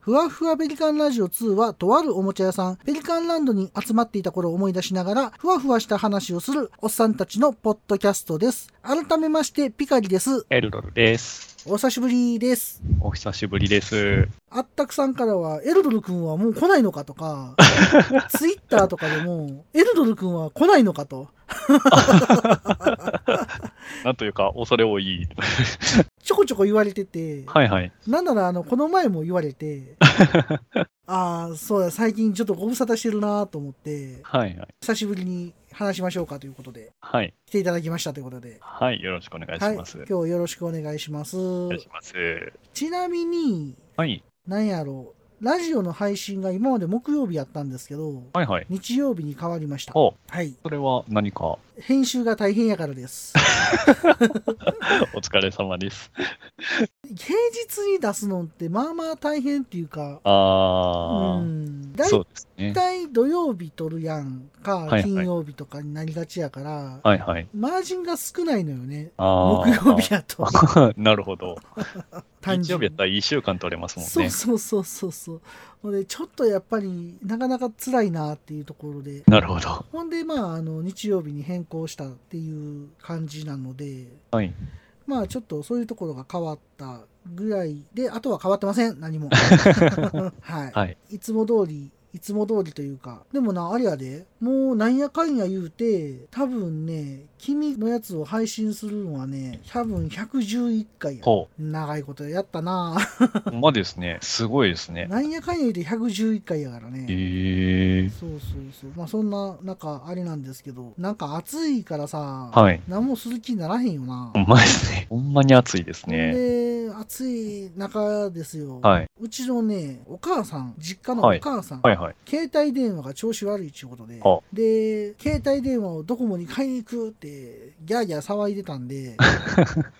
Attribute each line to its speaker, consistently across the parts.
Speaker 1: ふわふわペリカンラジオ2はとあるおもちゃ屋さん、ペリカンランドに集まっていた頃を思い出しながら、ふわふわした話をするおっさんたちのポッドキャストです。改めまして、ピカリです。
Speaker 2: エルドルです。
Speaker 1: お久しぶりです。
Speaker 2: お久しぶりです。
Speaker 1: あったくさんからは、エルドル君はもう来ないのかと か、ツイッターとかでも、エルドル君は来ないのかと。
Speaker 2: なんというか、恐れ多い。
Speaker 1: ちょこちょこ言われてて、
Speaker 2: はいはい。
Speaker 1: なんならあの、この前も言われて、 ああ、そうだ、最近ちょっとご無沙汰してるなと思って、
Speaker 2: はいはい。
Speaker 1: 久しぶりに話しましょうかということで、
Speaker 2: はい。
Speaker 1: 来ていただきましたということで。
Speaker 2: はい。よろしくお願い
Speaker 1: は
Speaker 2: し
Speaker 1: い、今
Speaker 2: ます。
Speaker 1: 日よろしくお願いします。
Speaker 2: お願いします。
Speaker 1: ちなみに、
Speaker 2: はい。
Speaker 1: なんやろう、ラジオの配信が今まで木曜日やったんですけど、
Speaker 2: はいはい。
Speaker 1: 日曜日に変わりました。
Speaker 2: お
Speaker 1: はい。
Speaker 2: それは何か、お
Speaker 1: 編集が大変やからです。
Speaker 2: 疲れ様です。
Speaker 1: 平日に出すのってまあまあ大変っていうか、
Speaker 2: あ
Speaker 1: うん。
Speaker 2: ー、
Speaker 1: だい
Speaker 2: そうですね。
Speaker 1: たい土曜日撮るやんか
Speaker 2: い、はい
Speaker 1: 金曜日とかになりがちやから、
Speaker 2: はいはい。
Speaker 1: マージンが少ないのよね。
Speaker 2: あ
Speaker 1: 木
Speaker 2: ー
Speaker 1: 曜日やと。
Speaker 2: なるほど。
Speaker 1: 単
Speaker 2: 日
Speaker 1: 純
Speaker 2: 曜日やったら1週間取れますもん
Speaker 1: そう
Speaker 2: ね。
Speaker 1: そうそうそうそう。ほんで、ちょっとやっぱり、なかなか辛いなっていうところで。
Speaker 2: なるほど。
Speaker 1: ほんで、まあ、あの、日曜日に変更したっていう感じなので、
Speaker 2: はい。
Speaker 1: まあ、ちょっとそういうところが変わったぐらいで、あとは変わってません、 何も。はい。
Speaker 2: はい。
Speaker 1: いつも通り、いつも通りというか、でもな、あれやで、もうなんやかんや言うて、多分ね、君のやつを配信するのはね、多分111回や。
Speaker 2: ほ
Speaker 1: 長いことやったな
Speaker 2: う。ほんまですね。すごいですね。
Speaker 1: なんやかんや言うて111回やからね。
Speaker 2: えー。
Speaker 1: そうそうそう。まあそんな、なんかあれなんですけど、なんか暑いからさ、
Speaker 2: はい。
Speaker 1: 何もする気にならへんよな。
Speaker 2: ほんまですね。ほんまに暑いですね。
Speaker 1: で、暑い中ですよ、
Speaker 2: はいう
Speaker 1: ちのね、お母さん、実家のお母さん、
Speaker 2: はいはい。
Speaker 1: 携帯電話が調子悪いっていうことで
Speaker 2: あ、
Speaker 1: で、携帯電話をドコモに買いに行くって、ギャーギャー騒いでたんで、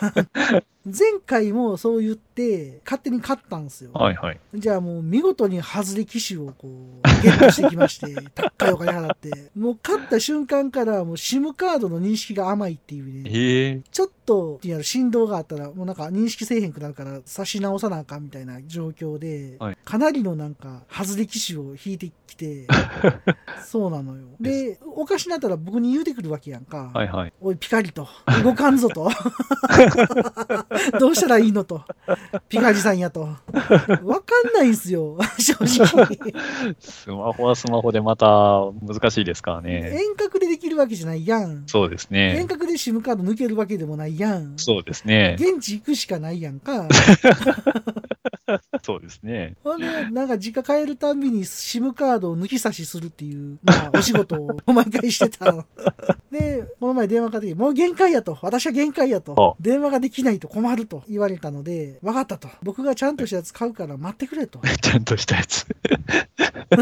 Speaker 1: 前回もそう言って、勝手に買ったんですよ。
Speaker 2: はいはい。
Speaker 1: じゃあもう見事に外れ機種をこう、ゲットしてきま して、高いお金払って。もう買った瞬間からもう SIM カードの認識が甘いっていうね。
Speaker 2: えー。
Speaker 1: ちょっと、いや振動があったら、もうなんか認識せえへんくなるから差し直さなあかんみたいな状況で、
Speaker 2: はい
Speaker 1: かなりのなんか、外れ機種を引いてきて、 そうなのよ。で、おかしなったら僕に言うてくるわけやんか。
Speaker 2: はいはい。
Speaker 1: おい、ピカリと、動かんぞと。 どうしたらいいのと。ピカリさんやと。わかんないんすよ、正直。
Speaker 2: スマホはスマホでまた難しいですからね。
Speaker 1: 遠隔でできるわけじゃないやん。
Speaker 2: そうです
Speaker 1: 遠
Speaker 2: ね。
Speaker 1: 隔で SIM カード抜けるわけでもないやん。
Speaker 2: そうですね。
Speaker 1: 現地行くしかないやんか。
Speaker 2: そうですね。
Speaker 1: ほんで、なんか実家帰るたんびに SIM カードを抜き差しするっていう、まあ、お仕事 を毎回してたの。で、この前電話かけて、もう限界やと。私は限界やと
Speaker 2: あ。
Speaker 1: 電話ができないと困ると言われたので、わかったと。僕がちゃんとしたやつ買うから待ってくれと。っ
Speaker 2: ちゃんとしたやつ。
Speaker 1: て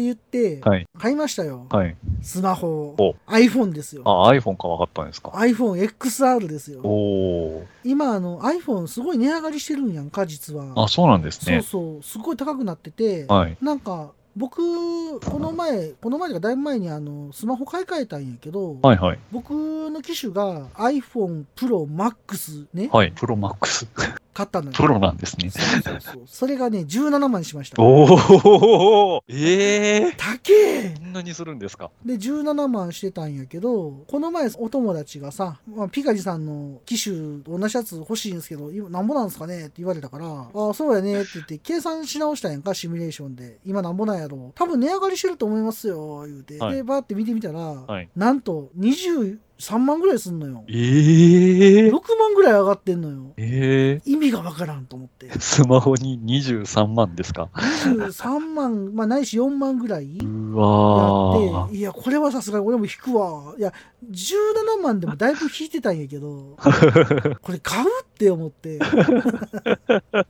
Speaker 1: 言って、
Speaker 2: はい。
Speaker 1: 買いましたよ。
Speaker 2: はい。
Speaker 1: スマホ
Speaker 2: お
Speaker 1: を。iPhone ですよ。
Speaker 2: あ、iPhone か分かったんですか。
Speaker 1: iPhoneXR ですよ。
Speaker 2: おお。
Speaker 1: 今、あの、iPhone すごい値上がりしてるんやんか、実は。
Speaker 2: あ、そうなんです
Speaker 1: そう
Speaker 2: ね。
Speaker 1: そう。すごい高くなってて、
Speaker 2: はい。
Speaker 1: なんか僕この前この前がだいぶ前にあのスマホ買い替えたんやけど、
Speaker 2: はいはい。
Speaker 1: 僕の機種が iPhoneProMax ね、
Speaker 2: はい。プロマックス。
Speaker 1: 買ったのよ
Speaker 2: プロなんですね。
Speaker 1: そうそうそうそれがね17万しましたた
Speaker 2: おお。ええ
Speaker 1: けえ
Speaker 2: ー。こんなにするんですか。
Speaker 1: で17万してたんやけどこの前お友達がさ、まあ、ピカリさんの機種と同じやつ欲しいんですけど今なんぼなんですかねって言われたからああそうやねって言って計算し直したんやんかシミュレーションで今なんぼなんやろ多分値上がりしてると思いますよ言うて、
Speaker 2: はい
Speaker 1: でバーって見てみたら、
Speaker 2: はい
Speaker 1: なんと23万ぐらいすんのよ
Speaker 2: ええ
Speaker 1: 6万ぐらい上がってんのよ
Speaker 2: ええ
Speaker 1: 意味がわからんと思 って
Speaker 2: スマホに23万ですか。
Speaker 1: 23万まあないし4万ぐらいう
Speaker 2: わ
Speaker 1: やっ
Speaker 2: ー。
Speaker 1: ていやこれはさすがに俺も引くわいや17万でもだいぶ引いてたんやけ どこれ買うって思って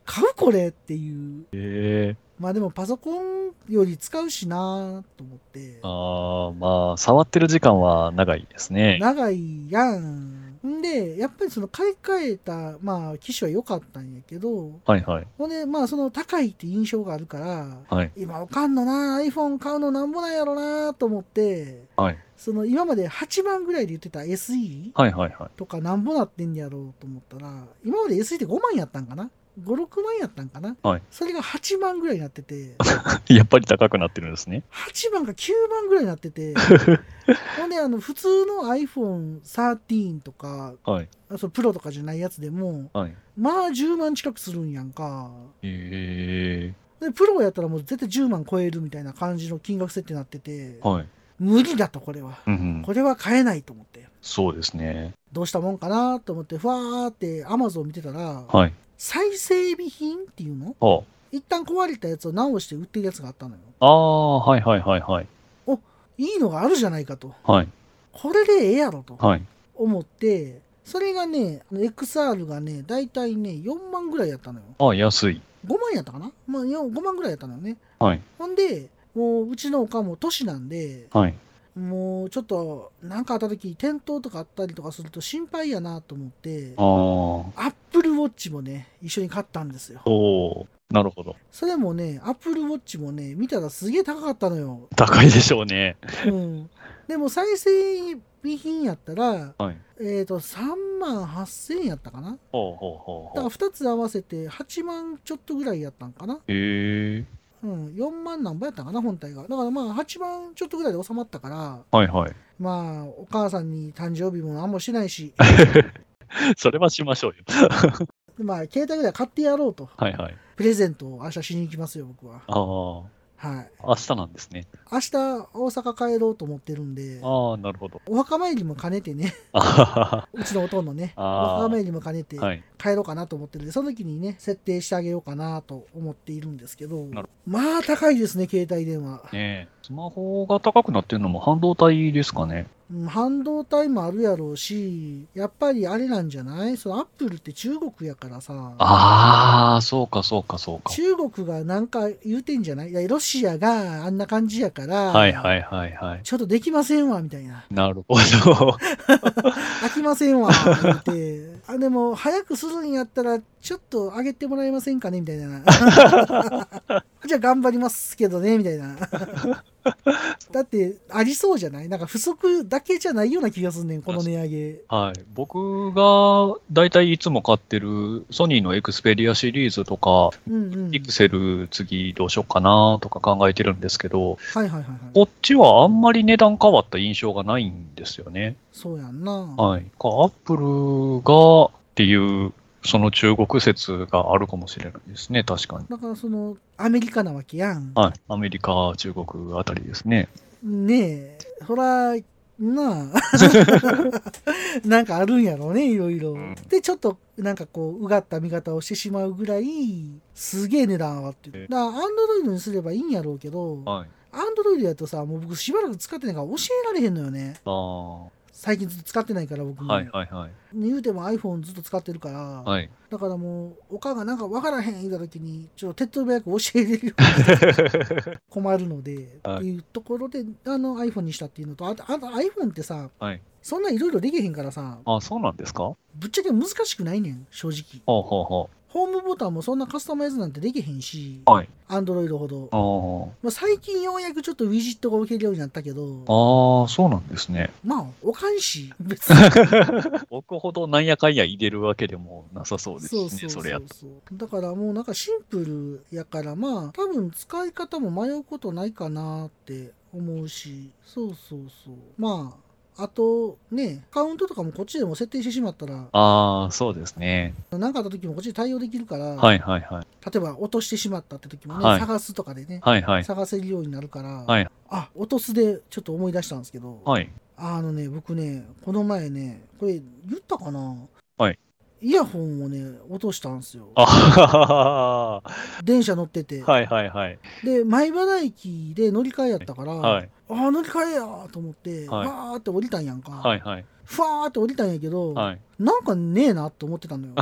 Speaker 1: 買うこれっていう
Speaker 2: ええ
Speaker 1: まあでもパソコンより使うしなと思って
Speaker 2: ああ、まあ、触ってる時間は長いですね。
Speaker 1: 長いやんんでやっぱりその買い替えたまあ機種は良かったんやけど
Speaker 2: はいはい。
Speaker 1: ほんでまあその高いって印象があるから
Speaker 2: はい。
Speaker 1: 今おかんのな iPhone 買うのなんぼなんやろなと思って
Speaker 2: はい。
Speaker 1: その今まで8万ぐらいで言ってた SE
Speaker 2: はいはいはい。
Speaker 1: とかなんぼなってんやろうと思ったら、今まで SE って5万やったんかな5、6万やったんかな、
Speaker 2: はい
Speaker 1: それが8万ぐらいになって て、
Speaker 2: やっぱり高くなってるんですね。
Speaker 1: 8万が9万ぐらいになって て、ほんで、あの、普通の iPhone13 とか、
Speaker 2: はい。
Speaker 1: あそうプロとかじゃないやつでも、
Speaker 2: はい。
Speaker 1: まあ10万近くするんやんか。
Speaker 2: え
Speaker 1: で、プロやったらもう絶対10万超えるみたいな感じの金額設定になってて
Speaker 2: ー、、はい。
Speaker 1: 無理だと、これは。
Speaker 2: うんうん。
Speaker 1: これは買えないと思って。
Speaker 2: そうですね。
Speaker 1: どうしたもんかなと思って、ふわーってアマゾン見てたら、
Speaker 2: はい。
Speaker 1: 再整備品っていうの
Speaker 2: は
Speaker 1: 一旦壊れたやつを直して売ってるやつがあったのよ。
Speaker 2: あ。ああ、はいはいはいはい。
Speaker 1: いいのがあるじゃないかと。
Speaker 2: はい。
Speaker 1: これでええやろと
Speaker 2: はい。
Speaker 1: 思って、それがね、XR がね、だいたいね、4万ぐらいやったのよ。
Speaker 2: ああ、安い。
Speaker 1: 5万やったかなまあ、4 5万ぐらいやったのよね。
Speaker 2: はい。
Speaker 1: ほんで、もううちのおかんも年なんで、
Speaker 2: はい。
Speaker 1: もうちょっと何かあった時転倒とかあったりとかすると心配やなと思って、
Speaker 2: ああ。お
Speaker 1: アップルウォッチもね、一緒に買ったんですよ。
Speaker 2: おーなるほど。
Speaker 1: それもね、アップルウォッチもね、見たらすげえ高かったのよ。
Speaker 2: 高いでしょうね。
Speaker 1: うん、でも再生備品やったら、
Speaker 2: はい。
Speaker 1: えっと3万8000円やったかな
Speaker 2: ほうほうほう
Speaker 1: だか
Speaker 2: ほ
Speaker 1: ら
Speaker 2: う。
Speaker 1: 2つ合わせて8万ちょっとぐらいやったんかな、
Speaker 2: へえ。
Speaker 1: うん、4万何倍やったんかな本体がだからまあ8万ちょっとぐらいで収まったから
Speaker 2: はいはい。
Speaker 1: まあお母さんに誕生日も何もしてない し
Speaker 2: それはしましょうよ。
Speaker 1: まあ携帯ぐらい買ってやろうと
Speaker 2: はいはい。
Speaker 1: プレゼントを明日しに行きますよ僕は
Speaker 2: ああ。明
Speaker 1: はい
Speaker 2: 日なんですね。
Speaker 1: 明日大阪帰ろうと思ってるんで
Speaker 2: ああ、なるほど。
Speaker 1: お墓参りも兼ねてね
Speaker 2: あはは
Speaker 1: うちのおとんのねお
Speaker 2: あー
Speaker 1: 墓参りも兼ねて
Speaker 2: ははい。
Speaker 1: 帰ろうかなと思ってるんで、その時にね、設定してあげようかなと思っているんですけど
Speaker 2: なる、
Speaker 1: まあ高いですね、携帯電話。
Speaker 2: ねえ。スマホが高くなってるのも半導体ですかね。
Speaker 1: うん半導体もあるやろうし、やっぱりあれなんじゃないそのアップルって中国やからさ、
Speaker 2: ああ、そうかそうかそうか。
Speaker 1: 中国がなんか言うてんじゃないいや、ロシアがあんな感じやから、
Speaker 2: はいはいはいはい。
Speaker 1: ちょっとできませんわ、みたいな。
Speaker 2: なるほど。
Speaker 1: 飽きませんわ、言うて。あ、でも、早くするんやったら、ちょっと上げてもらえませんかねみたいな。 じゃあ頑張りますけどね、みたいな。だって、ありそうじゃないなんか不足だけじゃないような気がすんねん、この値上げ。
Speaker 2: はい。僕が大体いつも買ってるソニーのエクスペリアシリーズとか、
Speaker 1: うんうん。
Speaker 2: ピクセル次どうしようかなとか考えてるんですけど、
Speaker 1: はいはいはいはい。
Speaker 2: こっちはあんまり値段変わった印象がないんですよね。
Speaker 1: そうやんな。
Speaker 2: はい。かアップルがっていう、その中国説があるかもしれないですね、確かに。
Speaker 1: だからその、アメリカなわけやん。
Speaker 2: はい。アメリカ、中国あたりですね。
Speaker 1: ねえ、そら、 なあ。なんかあるんやろうね、いろいろ
Speaker 2: ん。
Speaker 1: で、ちょっと、なんかこう、うがった見方をしてしまうぐらい、すげえ値段上がってる。だから、アンドロイドにすればいいんやろうけど、
Speaker 2: はい。
Speaker 1: アンドロイドやとさ、もう僕しばらく使ってないから教えられへんのよね。
Speaker 2: ああ。は
Speaker 1: 最近ずっと使ってないから、僕
Speaker 2: い
Speaker 1: も。
Speaker 2: はいはい。
Speaker 1: 言うても iPhone ずっと使ってるから、
Speaker 2: はい。
Speaker 1: だからもう、おかんがなんかわからへん言った時に、ちょっと手っ取り早く教えれるように 困るので、
Speaker 2: はい
Speaker 1: っていうところであの iPhone にしたっていうのとあとあと iPhone ってさ、
Speaker 2: はい
Speaker 1: そんないろいろできへんからさ
Speaker 2: あ、そうなんですかは
Speaker 1: ぶっちゃけ難しくないねん正直
Speaker 2: あは
Speaker 1: ホームボタンもそんなカスタマイズなんてできへんし
Speaker 2: あはあ。はい。
Speaker 1: Android ほど、
Speaker 2: ああ。
Speaker 1: まあ、最近ようやくちょっとウィジットが置けるようになったけど
Speaker 2: ああ、そうなんですね。
Speaker 1: まあおかんし別に
Speaker 2: 僕ほどなんやかんや入れるわけでもなさそうですね、それやっ
Speaker 1: そうだからもうなんかシンプルやからまあ多分使い方も迷うことないかなって思うしそうそうそうまああとねカウントとかもこっちでも設定してしまったら
Speaker 2: ああ、そうですね。
Speaker 1: 何かあった時もこっちで対応できるから、
Speaker 2: はいはいはい。
Speaker 1: 例えば落としてしまったって時もね、
Speaker 2: はい
Speaker 1: 探すとかでね、
Speaker 2: はいはい。
Speaker 1: 探せるようになるから、
Speaker 2: はい
Speaker 1: あ落とすでちょっと思い出したんですけど、
Speaker 2: はい。
Speaker 1: あのね、僕ね、この前ね、これ言ったかな
Speaker 2: はい。
Speaker 1: イヤホンをね、落としたんですよ。
Speaker 2: あはは
Speaker 1: 電車乗ってて。
Speaker 2: はいはいはい。
Speaker 1: で、前原駅で乗り換えやったから、
Speaker 2: はい
Speaker 1: ああ、乗り換えやと思って、わ、
Speaker 2: はい
Speaker 1: ーって降りたんやんか。
Speaker 2: はいはい。
Speaker 1: ふわーって降りたんやけど、
Speaker 2: はい。
Speaker 1: なんかねえなと思ってたの よ。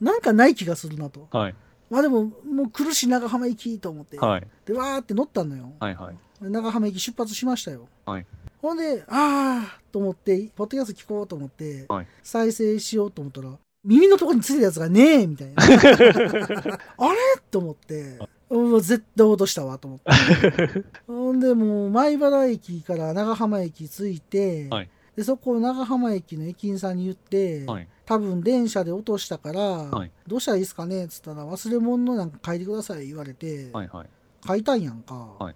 Speaker 1: なんかない気がするなと。
Speaker 2: はい。
Speaker 1: まあでも、もう来るし長浜行きと思って、
Speaker 2: はい。
Speaker 1: で、わーって乗ったのよ。
Speaker 2: はいはい。
Speaker 1: 長浜駅出発しましたよ。
Speaker 2: はい
Speaker 1: ほんで、あーと思って、ポッドキャスト聞こうと思って、
Speaker 2: はい
Speaker 1: 再生しようと思ったら、耳のところについてるやつがねえみた いな。あれと思って、うわ絶対落としたわと 思って。ほんで、もう、米原駅から長浜駅着いて、
Speaker 2: はい
Speaker 1: でそこを長浜駅の駅員さんに言って、
Speaker 2: はい。
Speaker 1: 多分電車で落としたから、
Speaker 2: い
Speaker 1: どうしたらいいですかねっつったら忘れ物なんか書いてください言われて、
Speaker 2: はいはい。
Speaker 1: 書いたんやんか、
Speaker 2: はい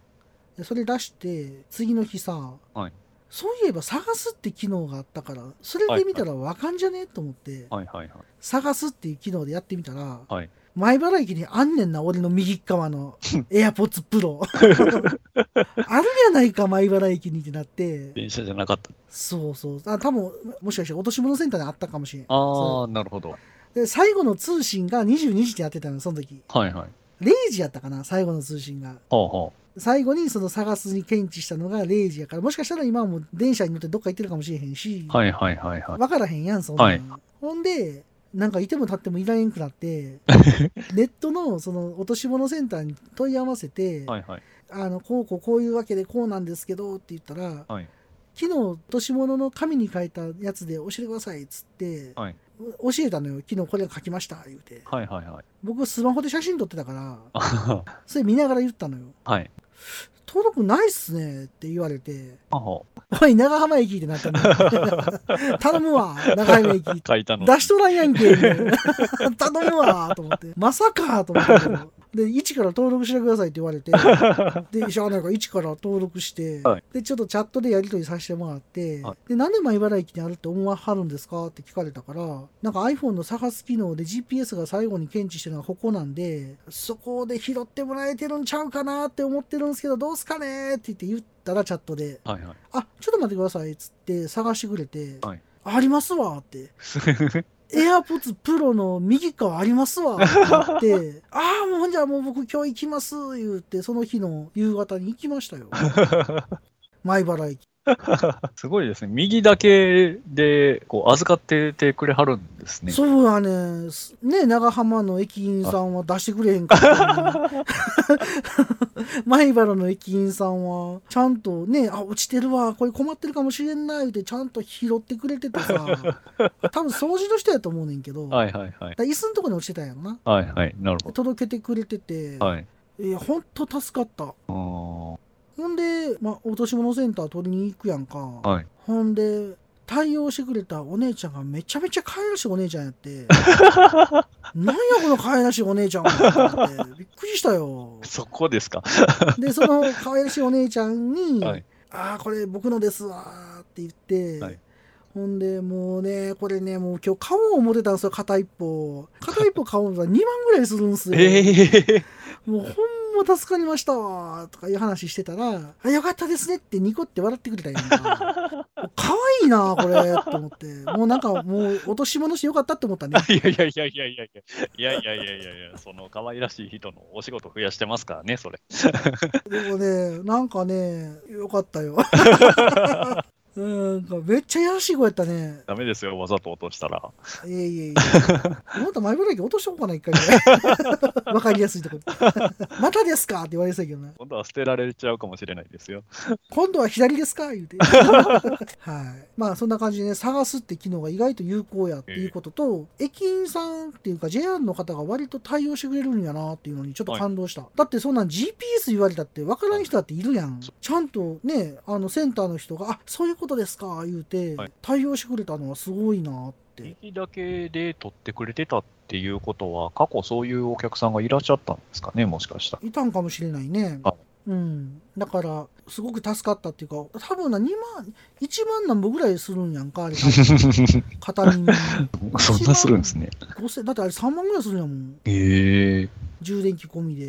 Speaker 1: でそれ出して次の日さ、
Speaker 2: はい
Speaker 1: そういえば探すって機能があったからそれで見たらわかんじゃねと思って、
Speaker 2: はいはいはい。
Speaker 1: 探すっていう機能でやってみたら、
Speaker 2: はい
Speaker 1: 前原駅にあんねんな俺の右っ側 の AirPods Pro あるやないか前原駅にってなって
Speaker 2: 電車じゃなかった。
Speaker 1: そうそうあ多分もしかして落とし物センターにあったかもしれん
Speaker 2: あ
Speaker 1: そ
Speaker 2: あ、なるほど。
Speaker 1: うで最後の通信が22時ってやってたのその時
Speaker 2: はいはい。
Speaker 1: 0時やったかな最後の通信が
Speaker 2: ほうほ
Speaker 1: 最後にその探すに検知したのが0時やからもしかしたら今はもう電車に乗ってどっか行ってるかもしれへんし、
Speaker 2: う。はいはいはいはい。
Speaker 1: 分からへんやんそんなん、
Speaker 2: はい
Speaker 1: ほんでなんかいても立ってもいられんくなって ネットのその落とし物センターに問い合わせて、
Speaker 2: はいはい。
Speaker 1: あのこうこうこういうわけでこうなんですけどって言ったら、
Speaker 2: はい
Speaker 1: 昨日落とし物の紙に書いたやつで教えてくださいっつって、
Speaker 2: はい
Speaker 1: 教えたのよ昨日これ書きました言うて
Speaker 2: はいはいはい。
Speaker 1: 僕スマホで写真撮ってたから
Speaker 2: あはは
Speaker 1: それ見ながら言ったのよ
Speaker 2: はい。
Speaker 1: 登録ないっすねって言われて
Speaker 2: あほ
Speaker 1: おい、長浜駅ってな ったんだ。頼むわ、長浜駅。
Speaker 2: う。書いたの。
Speaker 1: 出しとらんやん け。みたいな頼むわ、と思って。まさか、と思って。で、1から登録してくださいって言わ れて、で、しゃあないから1から登録して、
Speaker 2: はい
Speaker 1: で、ちょっとチャットでやり取りさせてもらって、
Speaker 2: はい
Speaker 1: で、なんで前原駅にあるって思わはるんですかって聞かれたから、なんか iPhone の探す機能で GPS が最後に検知してるのがここなんで、そこで拾ってもらえてるんちゃうかなって思ってるんですけど、どうすかねって言って言ったらチャットで、
Speaker 2: はい はい。
Speaker 1: あちょっと待ってくださいっつって探してくれて、
Speaker 2: はい
Speaker 1: ありますわって。AirPods Pro の右側あります わって言って、ああ、もうほんじゃもう僕今日行きます言うて、その日の夕方に行きました よ。前払い。
Speaker 2: すごいですね。右だけで、こう、預かっててくれはるんですね。
Speaker 1: そうやね。すね、長浜の駅員さんは出してくれへんかった のに。前原の駅員さんは、ちゃんとね、あ、落ちてるわ、これ困ってるかもしれんな、言うて、ちゃんと拾ってくれて てさ、多分掃除の人やと思うねんけど、だか
Speaker 2: はいはいはい。
Speaker 1: ら椅子のとこに落ちてたんやろな。
Speaker 2: はいはい。なるほ
Speaker 1: 届けてくれてて、
Speaker 2: ど。はい。
Speaker 1: い、や、ほんと助かった。
Speaker 2: あー
Speaker 1: ほんで、まあ、落とし物センター取りに行くやんか。
Speaker 2: はい。
Speaker 1: ほんで、対応してくれたお姉ちゃんがめちゃめちゃ可愛らしいお姉ちゃんや って。なんやこの可愛らしいお姉ちゃんはってびっくりしたよ。
Speaker 2: そこですか。
Speaker 1: で、その可愛らしいお姉ちゃんに、
Speaker 2: はい
Speaker 1: ああ、これ僕のですわーって言って、
Speaker 2: はい
Speaker 1: ほんで、もうね、これね、もう今日買おう思ってたんですよ、片一方。片一方買おうと2万ぐらいするんですよ。
Speaker 2: ええ
Speaker 1: もうほんま助かりましたわーとかいう話してたら、あ、よかったですねってニコって笑ってくれたんやんか。可愛いなこれと思って。もうなんかもう落とし物してよかったって思ったね。
Speaker 2: いやいやいやいやいやいやいやいやいやいやいやその可愛らしい人のお仕事増やしてますからね、それ。
Speaker 1: でもね、なんかね、よかったよ。 なんかめっちゃやらしい子やったね。
Speaker 2: ダメですよ、わざと落としたら。
Speaker 1: いえいえいえ。もっと前ぐらいに落としとこうかな、一回ぐらい。 わかりやすいとこで。またですかって言われそうやけどね。
Speaker 2: 今度は捨てられちゃうかもしれないですよ。
Speaker 1: 今度は左ですか言うて。はい。まあそんな感じでね、探すって機能が意外と有効やっていうことと、駅員さんっていうか JR の方が割と対応してくれるんやなっていうのにちょっと感動した。だってそんなん GPS 言われたってわからん人だっているやん。ちゃんとね、あのセンターの人が、あ、そういうことですか言うて
Speaker 2: はい、
Speaker 1: 対応してくれたのはすごいなって。
Speaker 2: 右だけで取ってくれてたっていうことは、過去そういうお客さんがいらっしゃったんですかね、もしかしたら。
Speaker 1: いたんかもしれないね
Speaker 2: あ。
Speaker 1: うん、だからすごく助かったっていうか多分な2万1万なんぼぐらいするんやんかあれ片耳
Speaker 2: そんなするんですね。
Speaker 1: 5000だってあれ3万ぐらいするんやもん
Speaker 2: ええ
Speaker 1: 充電器込みで、
Speaker 2: え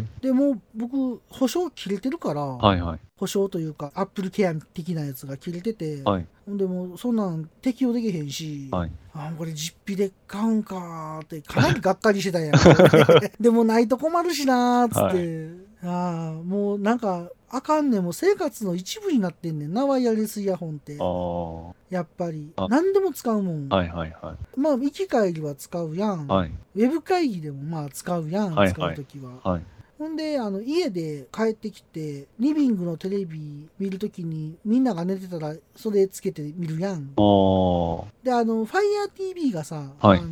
Speaker 2: え
Speaker 1: でもう僕保証切れてるから、
Speaker 2: はいはい。
Speaker 1: 保証というかアップルケア的なやつが切れてて、
Speaker 2: はい
Speaker 1: ほんでもうそんなん適用できへんし、
Speaker 2: はい
Speaker 1: あこれ実費で買うんかーってかなりがっかりしてたんやん でもないと困るしなーっつって、ああもうなんかあかんねんもう生活の一部になってんねんなワイヤレスイヤホンって
Speaker 2: ああ。は
Speaker 1: やっぱり
Speaker 2: あ
Speaker 1: 何でも使うもん、
Speaker 2: いはいは
Speaker 1: まあ行き帰りは使うやん、
Speaker 2: い。はい。
Speaker 1: ウェブ会議でもまあ使うやん、
Speaker 2: はいはい
Speaker 1: 使うときは。
Speaker 2: はい。
Speaker 1: ほんで、あの、家で帰ってきて、リビングのテレビ見るときに、みんなが寝てたら、それつけて見るやん
Speaker 2: あ。あ。は
Speaker 1: で、あの、FireTV がさ、
Speaker 2: はい
Speaker 1: あの、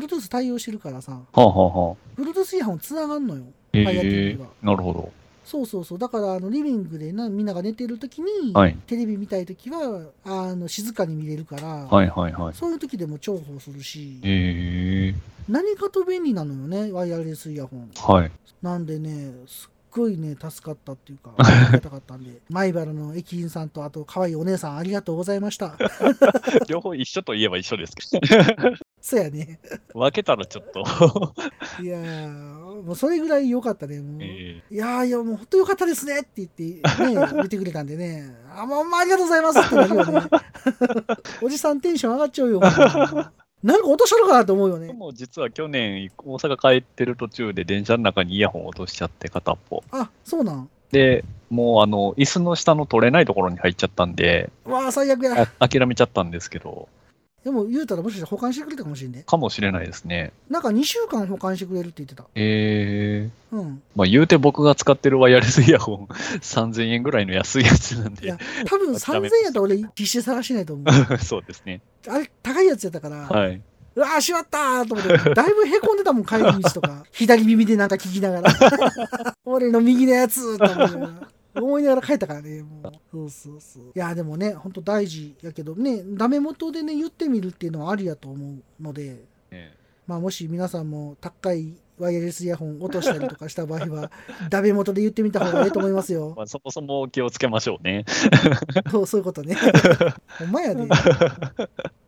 Speaker 1: Bluetooth 対応してるからさ、
Speaker 2: あはあはあ。
Speaker 1: Bluetooth イヤホンつながんのよ、
Speaker 2: え
Speaker 1: FireTV
Speaker 2: え
Speaker 1: は。
Speaker 2: なるほど。
Speaker 1: そうそうそうだからあのリビングでなみんなが寝てる時に、
Speaker 2: はい
Speaker 1: テレビ見たい時はあの静かに見れるから、
Speaker 2: はいはいはい。
Speaker 1: そういう時でも重宝するし
Speaker 2: ええ
Speaker 1: 何かと便利なのよねワイヤレスイヤホン
Speaker 2: はい。
Speaker 1: なんでねすっごいね助かったっていうか ありがたかったんで米原の駅員さんとあと可愛いお姉さんありがとうございました
Speaker 2: 両方一緒といえば一緒ですけ ど、
Speaker 1: そやね
Speaker 2: 分けたらちょっと、
Speaker 1: いやーもうそれぐらい良かったねもう、
Speaker 2: え
Speaker 1: いやーいやもう本当良かったですねって言って、ね、言ってくれたんでね、あ、まあ、まあ、ありがとうございますってなるよね。 おじさんテンション上がっちゃうよ。ほんまなんか落としたのかなと思うよ
Speaker 2: え
Speaker 1: ね。
Speaker 2: もう実は去年、大阪帰ってる途中で電車の中にイヤホン落としちゃって、片っぽ。
Speaker 1: あ、そうなん。
Speaker 2: で、もうあの、椅子の下の取れないところに入っちゃったんで、
Speaker 1: わあ、最悪や。
Speaker 2: あ諦めちゃったんですけど、
Speaker 1: でも言うたらもしかしたら保管してくれたかもしれんね。
Speaker 2: かもしれないですね。
Speaker 1: なんか2週間保管してくれるって言ってた。
Speaker 2: ええ
Speaker 1: うん。
Speaker 2: まあ言うて僕が使ってるワイヤレスイヤホン、3000円ぐらいの安いやつなん
Speaker 1: い
Speaker 2: で
Speaker 1: や、多分
Speaker 2: ダ
Speaker 1: 3000
Speaker 2: メ
Speaker 1: やったら俺必死で探してないと思
Speaker 2: そうですね。
Speaker 1: う。あれ、高いやつやったから、
Speaker 2: はい。
Speaker 1: うわあ、しまったーと思って、だいぶへこんでたもん、帰り道と か。左耳でなんか聞きながら。 俺の右のやつと思いながら思いながら帰ったからね、もう。そうそうそう。いや、でもね、ほんと大事やけどね、ダメ元でね、言ってみるっていうのはありやと思うので、
Speaker 2: え
Speaker 1: まあ、もし皆さんも高いワイヤレスイヤホン落としたりとかした場合 は、ダメ元で言ってみた方がいいと思います
Speaker 2: え
Speaker 1: よ。
Speaker 2: まあ、そもそも気をつけましょうね。
Speaker 1: そうそういうことね。ほんまやで。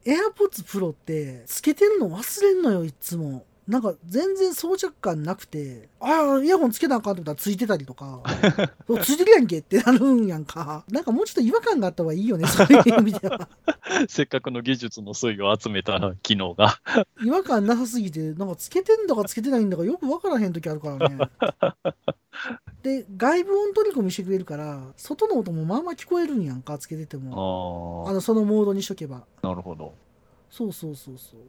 Speaker 1: AirPods Pro って、つけてるの忘れんのよ、いっつも。なんか全然装着感なくて、ああ、イヤホンつけなあかんと思ったらついてたりとか、おついてるやんけってなるんやんか。なんかもうちょっと違和感があった方がいいよね、そういう意味では。
Speaker 2: せっかくの技術の粋を集めた機能が。
Speaker 1: 違和感なさすぎて、なんかつけてんだかつけてないんだかよくわからへん時あるからね。で、外部音取り込みしてくれるから、外の音もまあまあ聞こえるんやんか、つけてて
Speaker 2: あ
Speaker 1: も。あ
Speaker 2: あ、
Speaker 1: の、そのモードにしとけば。
Speaker 2: なるほど。
Speaker 1: そうそうそうそう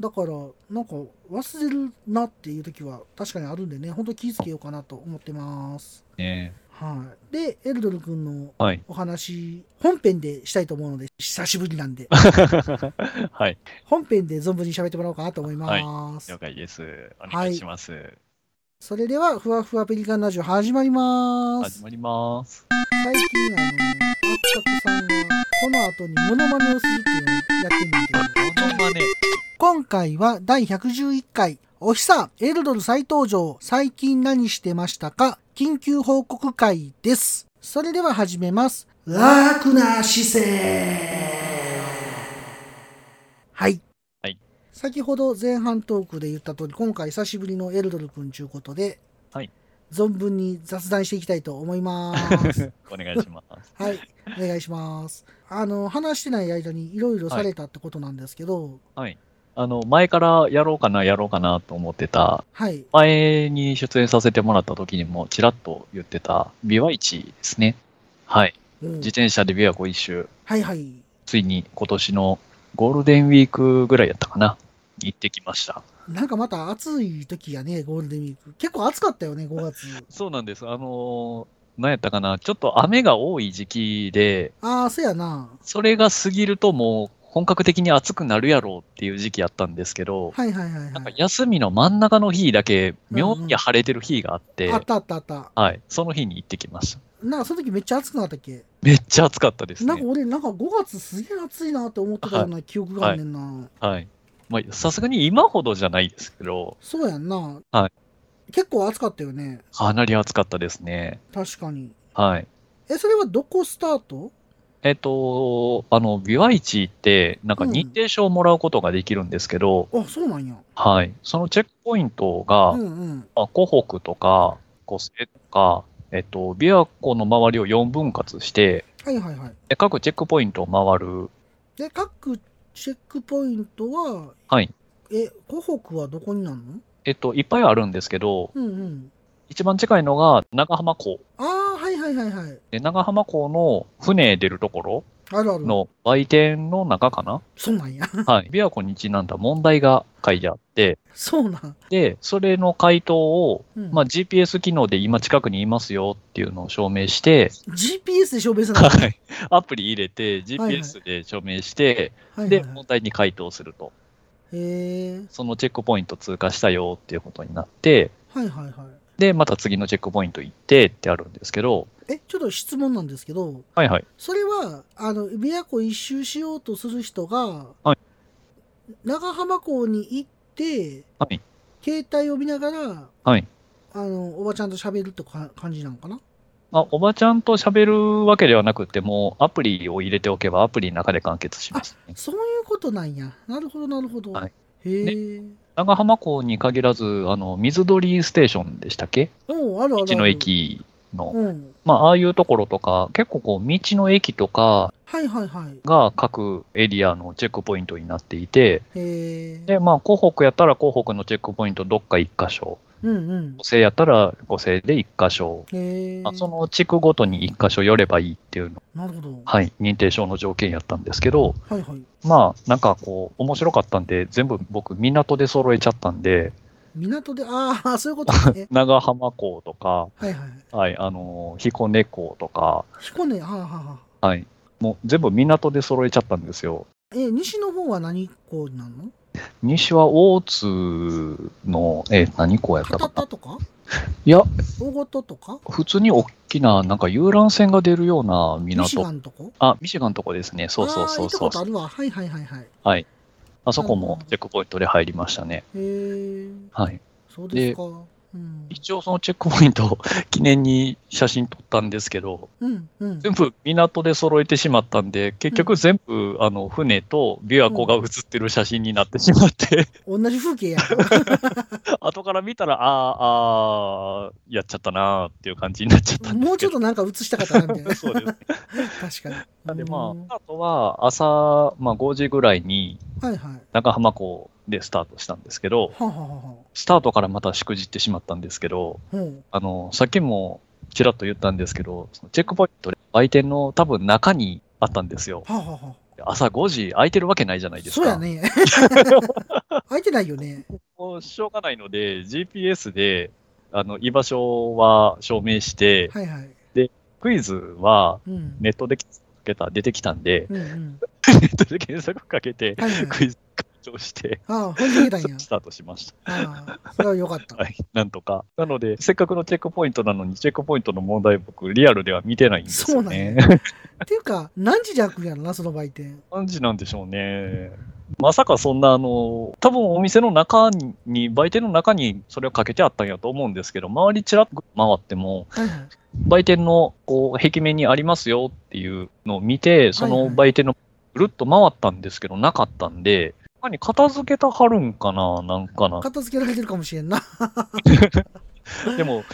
Speaker 1: だからなんか忘れるなっていう時は確かにあるんでねほんと気ぃつけようかなと思ってます
Speaker 2: ね
Speaker 1: はいでエルドル君の
Speaker 2: えはい。
Speaker 1: お話本編でしたいと思うので久しぶりなんで
Speaker 2: はい。
Speaker 1: 本編で存分に喋ってもらおうかなと思います、
Speaker 2: 了解です。お願いします。
Speaker 1: それではふわふわペリカンラジオ始まります
Speaker 2: 始まります。
Speaker 1: 最近あのあったくさんがこの後にモノマネをするっていうのをやってみるけど
Speaker 2: モノマネ。
Speaker 1: 今回は第111回、おひさ、エルドル再登場、最近何してましたか緊急報告会です。それでは始めます。楽な姿勢はい。
Speaker 2: はい
Speaker 1: 先ほど前半トークで言った通り、今回久しぶりのエルドル君ちゅうことで、
Speaker 2: はい
Speaker 1: 存分に雑談していきたいと思い ます。
Speaker 2: お願いします。
Speaker 1: はい、お願いします。あの、話してない間にいろいろされたってことなんですけど、
Speaker 2: あの、前からやろうかな、やろうかなと思ってた、
Speaker 1: はい、
Speaker 2: 前に出演させてもらった時にもちらっと言ってた、ビワイチですね。はい。
Speaker 1: うん
Speaker 2: 自転車で琵琶湖一周、
Speaker 1: はいはい。
Speaker 2: ついに今年のゴールデンウィークぐらいやったかな。に行ってきました。
Speaker 1: なんかまた暑い時やね、ゴールデンウィーク。結構暑かったよね、5月。
Speaker 2: そうなんです。あのー、何やったかな。ちょっと雨が多い時期で、
Speaker 1: ああ、そうやな。
Speaker 2: それが過ぎるともう本格的に暑くなるやろうっていう時期やったんですけど、
Speaker 1: はいはいはい
Speaker 2: なん
Speaker 1: は
Speaker 2: か
Speaker 1: い。
Speaker 2: 休みの真ん中の日だけ、妙に晴れてる日があって、
Speaker 1: あったあったあった。
Speaker 2: はい、その日に行ってきました。
Speaker 1: なんかその時めっちゃ暑くなったっけ
Speaker 2: めっちゃ暑かったです
Speaker 1: なんか
Speaker 2: ね。
Speaker 1: 俺、なんか5月すげえ暑いなって思ってたような記憶があんねんな。
Speaker 2: はい。まあ、さすがに今ほどじゃないですけど、
Speaker 1: そうやんな。
Speaker 2: は
Speaker 1: 結構暑かったよね、
Speaker 2: かなり暑かったですね。
Speaker 1: 確かに。
Speaker 2: はい。
Speaker 1: え、それはどこスタート
Speaker 2: えっと、あの、ビワイチって、なんか
Speaker 1: うん
Speaker 2: 認定証をもらうことができるんですけど、
Speaker 1: あ、そうなんや。
Speaker 2: はい。そのチェックポイントが、
Speaker 1: うんうん。
Speaker 2: まあ、湖北とか、湖西とか、えっと、琵琶湖の周りを4分割して、
Speaker 1: はいはいはい。
Speaker 2: で各チェックポイントを回る。
Speaker 1: で、各チェックポイントは、
Speaker 2: はい。
Speaker 1: え、湖北はどこになるの
Speaker 2: えっと、いっぱいあるんですけど、
Speaker 1: うんうん。
Speaker 2: 一番近いのが長浜港。
Speaker 1: ああ、はいはいはいはい。
Speaker 2: で、長浜港の船出るとこ
Speaker 1: あるあ
Speaker 2: ろ
Speaker 1: る。
Speaker 2: の売店の中かな、
Speaker 1: そうなんや。
Speaker 2: はい。琵琶湖にちなんだ問題が書いてあって、
Speaker 1: そうなん。
Speaker 2: で、それの回答を、
Speaker 1: うん
Speaker 2: まあ、GPS 機能で今近くにいますよっていうのを証明して、
Speaker 1: GPS で証明するの
Speaker 2: はい。 アプリ入れて、
Speaker 1: はいはい
Speaker 2: GPS で証明して、
Speaker 1: はい
Speaker 2: で、
Speaker 1: はいはい
Speaker 2: 問題に回答すると。
Speaker 1: へえ。
Speaker 2: そのチェックポイント通過したよっていうことになって、
Speaker 1: はいはいはい。
Speaker 2: で、また次のチェックポイント行ってってあるんですけど、
Speaker 1: え、ちょっと質問なんですけど、
Speaker 2: はいはい。
Speaker 1: それは、あの、琵琶湖一周しようとする人が、
Speaker 2: はい
Speaker 1: 長浜港に行って、
Speaker 2: はい
Speaker 1: 携帯を見ながら、
Speaker 2: はい
Speaker 1: あの、おばちゃんと喋るってか感じなのかな
Speaker 2: あ、おばちゃんと喋るわけではなくても、アプリを入れておけばアプリの中で完結します、ね。
Speaker 1: そういうことなんや。なるほど、なるほど。
Speaker 2: はい
Speaker 1: へえ。
Speaker 2: 長浜港に限らず、あの、水鳥ステーションでしたっけ
Speaker 1: うん、あるあるある。
Speaker 2: 道の。駅の。
Speaker 1: うん。
Speaker 2: まあ、ああいうところとか、結構こう、道の駅とか
Speaker 1: はいはいはい。
Speaker 2: が各エリアのチェックポイントになっていて、
Speaker 1: へえ。
Speaker 2: で、まあ、湖北やったら湖北のチェックポイントどっか一箇所、
Speaker 1: うんうん
Speaker 2: 五。星やったら五星で一箇所、
Speaker 1: へえ。
Speaker 2: まあその地区ごとに一箇所寄ればいいっていうの、
Speaker 1: なるほど。
Speaker 2: はい、認定証の条件やったんですけど、
Speaker 1: はいはい。
Speaker 2: まあ、なんかこう、面白かったんで、全部僕、港で揃えちゃったんで、。
Speaker 1: 港で、ああ、 そういうことね
Speaker 2: 長浜港とか、
Speaker 1: はいはい。
Speaker 2: はい、あのー彦根港とか、
Speaker 1: 彦根、はあはあはあ。
Speaker 2: はい、もう全部港で揃えちゃったんですよ。
Speaker 1: え、西の方は何港になるの
Speaker 2: 西は大津の、えー、何港やった
Speaker 1: 片
Speaker 2: か
Speaker 1: 田
Speaker 2: な
Speaker 1: とか
Speaker 2: いや、
Speaker 1: 大事とか
Speaker 2: 普通に大きな、なんか遊覧船が出るような
Speaker 1: ミシガ
Speaker 2: 港。
Speaker 1: ンとこ
Speaker 2: あ、ミシガンのとこですね。そうそうそうそ
Speaker 1: あー行ったことあ
Speaker 2: う。
Speaker 1: るわ。はいはいはいはい。へ
Speaker 2: あそこもチェックポイントで入りましたね。
Speaker 1: え、
Speaker 2: はい。
Speaker 1: そうですか。うん、
Speaker 2: 一応そのチェックポイント記念に写真撮ったんですけど、
Speaker 1: うん、うん。
Speaker 2: 全部港で揃えてしまったんで、結
Speaker 1: う
Speaker 2: 局
Speaker 1: ん
Speaker 2: 全部、あの、船と琵琶湖が写ってる写真になってし まって、
Speaker 1: 同じ風景 や。
Speaker 2: 後から見たら、あー、あー、やっちゃったなーっていう感じになっちゃったんですけど。
Speaker 1: もうちょっとなんか映したかったなみたいな。
Speaker 2: そうですね。
Speaker 1: 確かに。
Speaker 2: なんで
Speaker 1: う
Speaker 2: ま
Speaker 1: ん
Speaker 2: あ、スタートは朝、まあ5時ぐらいに
Speaker 1: はいはい。は
Speaker 2: 長浜港でスタートしたんですけど、
Speaker 1: あ、はあはあは
Speaker 2: スタートからまたしくじってしまったんですけど、
Speaker 1: あ、ほう
Speaker 2: あの、さっきもちらっと言ったんですけど、そのチェックポイントで売店の多分中にあったんですよ。
Speaker 1: はあ、はあは
Speaker 2: 朝5時空いてるわけないじゃな
Speaker 1: あ
Speaker 2: い、です
Speaker 1: そう
Speaker 2: か。
Speaker 1: や ね。 開いてないよね。
Speaker 2: もうしょうがないので、GPS で、あの、居場所は証明して、
Speaker 1: はいはい。
Speaker 2: クイズは
Speaker 1: うん。
Speaker 2: ネットで検索かけた、出てきたんで、
Speaker 1: うんうん。
Speaker 2: ネットで検索かけて、
Speaker 1: はいはい。
Speaker 2: クイズ解答して、
Speaker 1: ああ、ほんとにたんや
Speaker 2: ス。タートしました。
Speaker 1: ああ、それはよかった。
Speaker 2: はい、なんとか。なので、せっかくのチェックポイントなのに、チェックポイントの問題、僕、リアルでは見てないんです
Speaker 1: そう
Speaker 2: よ
Speaker 1: なんや。
Speaker 2: ね。
Speaker 1: っていうか、何時じゃ開くんやろな、その売店。
Speaker 2: 何時なんでしょうね。まさかそんな、あの、多分お店の中に、売店の中にそれをかけてあったんやと思うんですけど、周りちらっと回っても、
Speaker 1: はいはい。
Speaker 2: 売店のこう壁面にありますよっていうのを見て、そ
Speaker 1: はい
Speaker 2: の
Speaker 1: はい
Speaker 2: 売店のぐるっと回ったんですけど、なかったんで、何片付けたはるんかななんかな
Speaker 1: 片付けられてるかもしれんな。
Speaker 2: でも、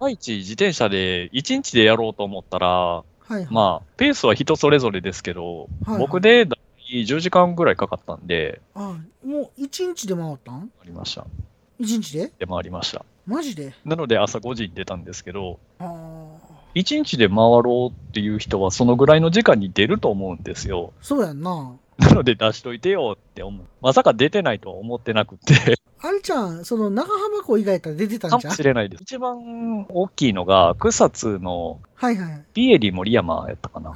Speaker 2: 毎日自転車で1日でやろうと思ったら、
Speaker 1: はいはい。
Speaker 2: まあ、ペースは人それぞれですけど、
Speaker 1: はいはい
Speaker 2: 僕でだい10時間ぐらいかかったんで、
Speaker 1: あもう1日で回ったん
Speaker 2: ありました。
Speaker 1: ?1 日で
Speaker 2: で、回りました。
Speaker 1: マジで
Speaker 2: なので、朝5時に出たんですけど、
Speaker 1: ああ、
Speaker 2: 1日で回ろうっていう人は、そのぐらいの時間に出ると思うんですよ。
Speaker 1: そうやんな。
Speaker 2: なので、出しといてよって思う。まさか出てないとは思ってな くて、
Speaker 1: あれちゃん、その長浜港以外から出てた
Speaker 2: か
Speaker 1: んじゃ
Speaker 2: も
Speaker 1: ん
Speaker 2: しれないです。一番大きいのが、草津の
Speaker 1: はいはい。
Speaker 2: ビエリ森山やったかな。
Speaker 1: あ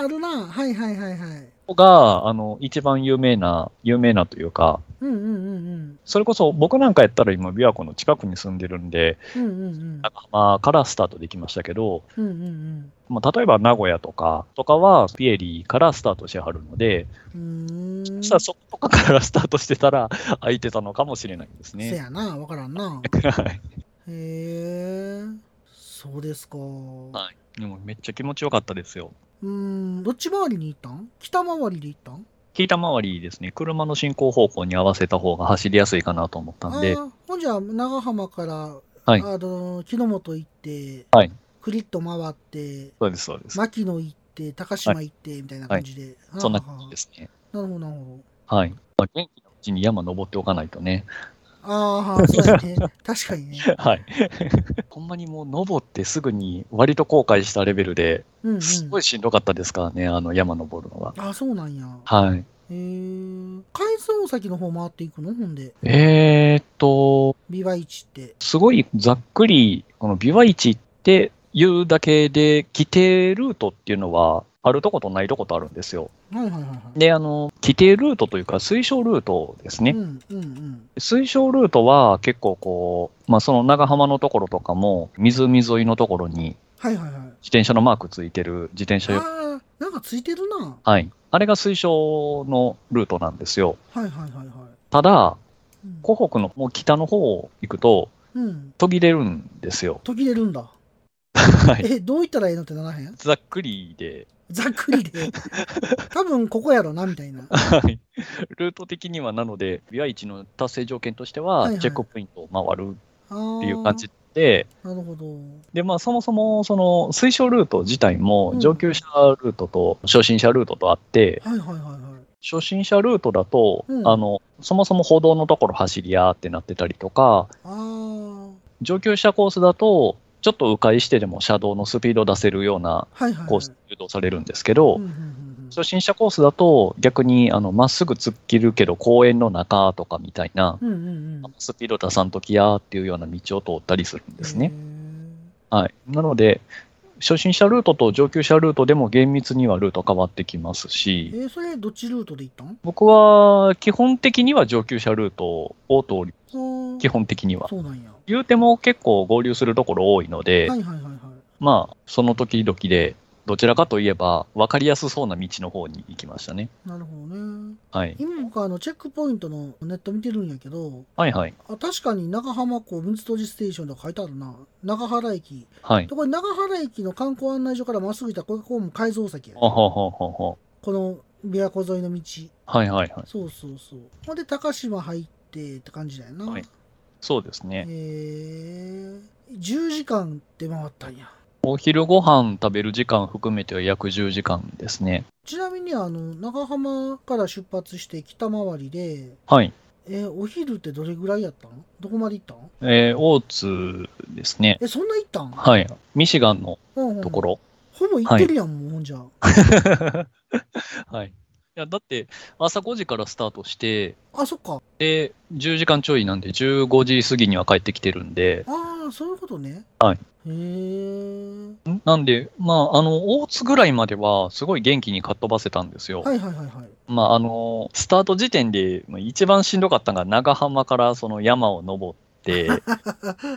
Speaker 1: あ、あるな。はいはいはいはい。
Speaker 2: が、あの、一番有名な、有名なというか、
Speaker 1: うんうんうんうん。
Speaker 2: それこそ僕なんかやったら今、琵琶湖の近くに住んでるんで、
Speaker 1: うんうんうん。
Speaker 2: 長浜からスタートできましたけど、
Speaker 1: うんうん
Speaker 2: まあ、例えば名古屋とかとかはピエリからスタートしはるので、
Speaker 1: うん。うーん。
Speaker 2: そしたらそことかからスタートしてたら空いてたのかもしれないです
Speaker 1: せ
Speaker 2: ね。
Speaker 1: やな。わからんな。
Speaker 2: はい
Speaker 1: へえ。そうですか。
Speaker 2: でもめっちゃ気持ちよかったですよ。
Speaker 1: うーん。どっち回りに行ったん北回りで行ったん
Speaker 2: 聞いた周りですね、車の進行方向に合わせた方が走りやすいかなと思ったんで
Speaker 1: あ、ーほんじゃ長浜から、
Speaker 2: はい
Speaker 1: あの木の本行って、
Speaker 2: はい
Speaker 1: クリッと回って
Speaker 2: そうです、そうです。
Speaker 1: 牧野行って高島行って、みたいな感じで、あー
Speaker 2: そんな感じですね。
Speaker 1: なるほどなるほど
Speaker 2: はい。まあ、元気なうちに山登っておかないとね。
Speaker 1: ああ そうやね確かにね、
Speaker 2: はい。ほんまにもう登ってすぐに割と後悔したレベルで、
Speaker 1: うんうん、
Speaker 2: すごいしんどかったですからね、あの山登るのは。
Speaker 1: あーそうなんや
Speaker 2: はい。
Speaker 1: へえ海藻先の方回っていくのほんで
Speaker 2: えーっと、
Speaker 1: ビワイチって
Speaker 2: すごいざっくり、このビワイチっていうだけで、規定ルートっていうのはあるとことないとことあるんですよ。
Speaker 1: はいはいはいはい。
Speaker 2: で、あの、規定ルートというか推奨ルートですね。
Speaker 1: うんうんうん。
Speaker 2: 推奨ルートは結構こう、まあその長浜のところとかも、湖沿いのところに
Speaker 1: はいはいはい。
Speaker 2: 自転車のマークついてる自転車用
Speaker 1: ああ、なんかついてるな。
Speaker 2: はい。あれが推奨のルートなんですよ。
Speaker 1: はいはいはいはい。
Speaker 2: ただ、
Speaker 1: うん
Speaker 2: 湖北のもう北の方行くと
Speaker 1: うん。
Speaker 2: 途切れるんですよ。
Speaker 1: 途切れるんだ。
Speaker 2: はい。
Speaker 1: え、どう言ったらええのってならへん
Speaker 2: ざっくりで、
Speaker 1: ざっくり で。多分ここやろな、みたいな。
Speaker 2: はい。ルート的にはなので、ビワイチの達成条件として
Speaker 1: はい
Speaker 2: は
Speaker 1: は、い
Speaker 2: チェックポイントを回る
Speaker 1: っ
Speaker 2: っていう感じで、
Speaker 1: なるほど。
Speaker 2: で、まあ、そもそも、その、推奨ルート自体
Speaker 1: う
Speaker 2: も
Speaker 1: ん、
Speaker 2: 上級者ルートと初心者ルートとあって、
Speaker 1: はいはいはいはい。
Speaker 2: 初心者ルートだと、
Speaker 1: うん
Speaker 2: あの、そもそも歩道のところ走りやーってなってたりとか、
Speaker 1: ああ、
Speaker 2: 上級者コースだと、ちょっと迂回してでも車道のスピードを出せるような
Speaker 1: はいはい、はい。
Speaker 2: コースに誘導されるんですけど、
Speaker 1: うんうんうんうん
Speaker 2: 初心者コースだと逆にあのまっすぐ突っ切るけど公園の中とかみたいな、
Speaker 1: うんうんうん。
Speaker 2: スピード出さんときやーっていうような道を通ったりするんですね。
Speaker 1: へー。
Speaker 2: はい、なので、初心者ルートと上級者ルートでも厳密にはルート変わってきます
Speaker 1: え
Speaker 2: し、
Speaker 1: ー、それどっちルートで行ったん
Speaker 2: 僕は基本的には上級者ルートを通り、
Speaker 1: はあ
Speaker 2: 基本的には。
Speaker 1: そうなんや。は
Speaker 2: 言うても結構合流するところ多いの
Speaker 1: い
Speaker 2: で、
Speaker 1: はいはいはい。
Speaker 2: まあ、その時々で、どちらかといえば、分かりやすそうな道の方に行きましたね。
Speaker 1: なるほどね。
Speaker 2: はい。
Speaker 1: 今僕あのチェックポイントのネット見てるんやけど、
Speaker 2: はいはい。
Speaker 1: あ確かに長浜港水戸寺ステーションとか書いてあるな。長原駅。
Speaker 2: はい。
Speaker 1: でこれ長原駅の観光案内所からまっすぐ行ったらこれここも改造先や。
Speaker 2: あは
Speaker 1: こ
Speaker 2: ははは。
Speaker 1: の琵琶湖沿いの道。
Speaker 2: はいはいはい。
Speaker 1: そうそうそう。ほんで高島入ってって感じだよな。
Speaker 2: はいそうです
Speaker 1: へ
Speaker 2: ね。
Speaker 1: え。10時間って回ったんや。
Speaker 2: お昼ご飯食べる時間含めては約10時間ですね。
Speaker 1: ちなみにあの長浜から出発して北回りで、
Speaker 2: はい。
Speaker 1: えーお昼ってどれぐらいやったんどこまで行ったん
Speaker 2: えー、大津ですね。
Speaker 1: え、そんな行ったん、
Speaker 2: はい。ミシガンの
Speaker 1: うんうんうん
Speaker 2: ところ。
Speaker 1: ほぼ行ってるやん、もうほんじゃ。
Speaker 2: はい。いや、だって、朝5時からスタートして、
Speaker 1: あ、そっか。
Speaker 2: で、10時間ちょいなんで、15時過ぎには帰ってきてるんで、
Speaker 1: ああ、そういうことね。
Speaker 2: はい。
Speaker 1: へえ。
Speaker 2: なんで、まあ、あの、大津ぐらいまでは、すごい元気にかっ飛ばせたんですよ。
Speaker 1: はいはいはいはい。
Speaker 2: まあ、あの、スタート時点で、まあ一番しんどかったのが、長浜からその山を登って、
Speaker 1: はい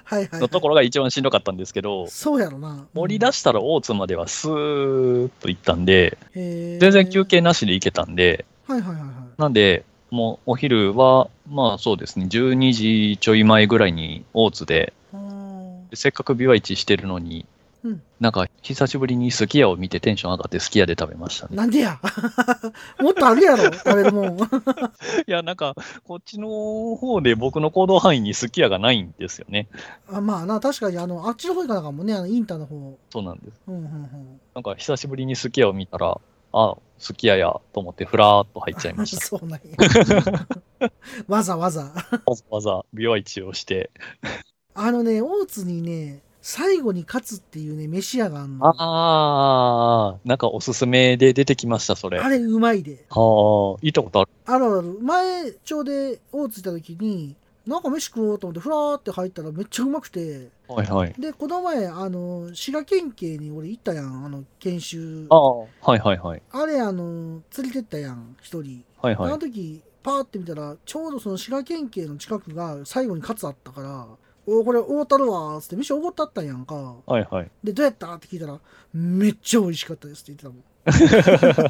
Speaker 1: はい、は
Speaker 2: の
Speaker 1: い。
Speaker 2: ところが一番しんどかったんですけど、
Speaker 1: そうやろな。
Speaker 2: 盛り出
Speaker 1: し、
Speaker 2: したら大津まではスーッと行ったんで、
Speaker 1: へー
Speaker 2: 全然休。憩なしで行けたんで、
Speaker 1: はいはいはいはい。
Speaker 2: なんで、もうお昼は、まあそうですね、12時ちょい前ぐらいに大津で、
Speaker 1: あー
Speaker 2: せっかくビワイチしてるのに、
Speaker 1: うん
Speaker 2: なんか久しぶりにすき家を見てテンション上がってすき家で食べましたね。
Speaker 1: なんでや もっとあるやろ食べるもん。
Speaker 2: いや、なんかこっちの方で僕の行動範囲にすき家がないんですよね。
Speaker 1: あまあな、確かにあの、あっちの方行かなあかんもんね、あのインターの方。
Speaker 2: そうなんです。
Speaker 1: うんうんうん。
Speaker 2: なんか久しぶりにすき家を見たら、あ、すき家やと思ってふらーっと入っちゃいま した。
Speaker 1: そうなんや。 わざわざ。
Speaker 2: わざわざ美容市をして。
Speaker 1: あのね、大津にね、最後に勝つっていうね、飯屋があんの。あ
Speaker 2: あー、なんかおすすめで出てきました、それ。ああ、
Speaker 1: れ、うまいで。
Speaker 2: 行ったことある。
Speaker 1: あるある。前、ちょうで大津行った時に、なんか飯食おうと思って、ふらーって入ったらめっちゃうまくて。
Speaker 2: はいはい。
Speaker 1: で、この前、あの、滋賀県警に俺行ったやん、あの、研修。
Speaker 2: あ
Speaker 1: あ
Speaker 2: あ、はいはいはい。
Speaker 1: れ、あの、釣りてったやん、一人。
Speaker 2: はい
Speaker 1: あ
Speaker 2: は
Speaker 1: の
Speaker 2: い。
Speaker 1: 時パーって見たらちょうどその滋賀県警の近くが最後に勝つあったから「おこれ大たるわ」っつって飯おごったったんやんか
Speaker 2: はいはい。
Speaker 1: で「どうやった?」って聞いたら「めっちゃ美味しかったです」って言って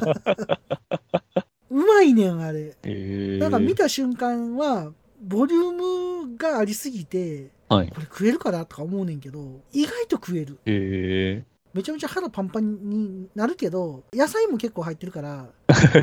Speaker 1: たもん うまいねんあれ
Speaker 2: え
Speaker 1: なんか見た瞬間はボリュームがありすぎて
Speaker 2: はい。
Speaker 1: これ食えるかなとか思うねんけど意外と食える
Speaker 2: え
Speaker 1: めちゃめちゃ腹パンパンになるけど野菜も結構入ってるから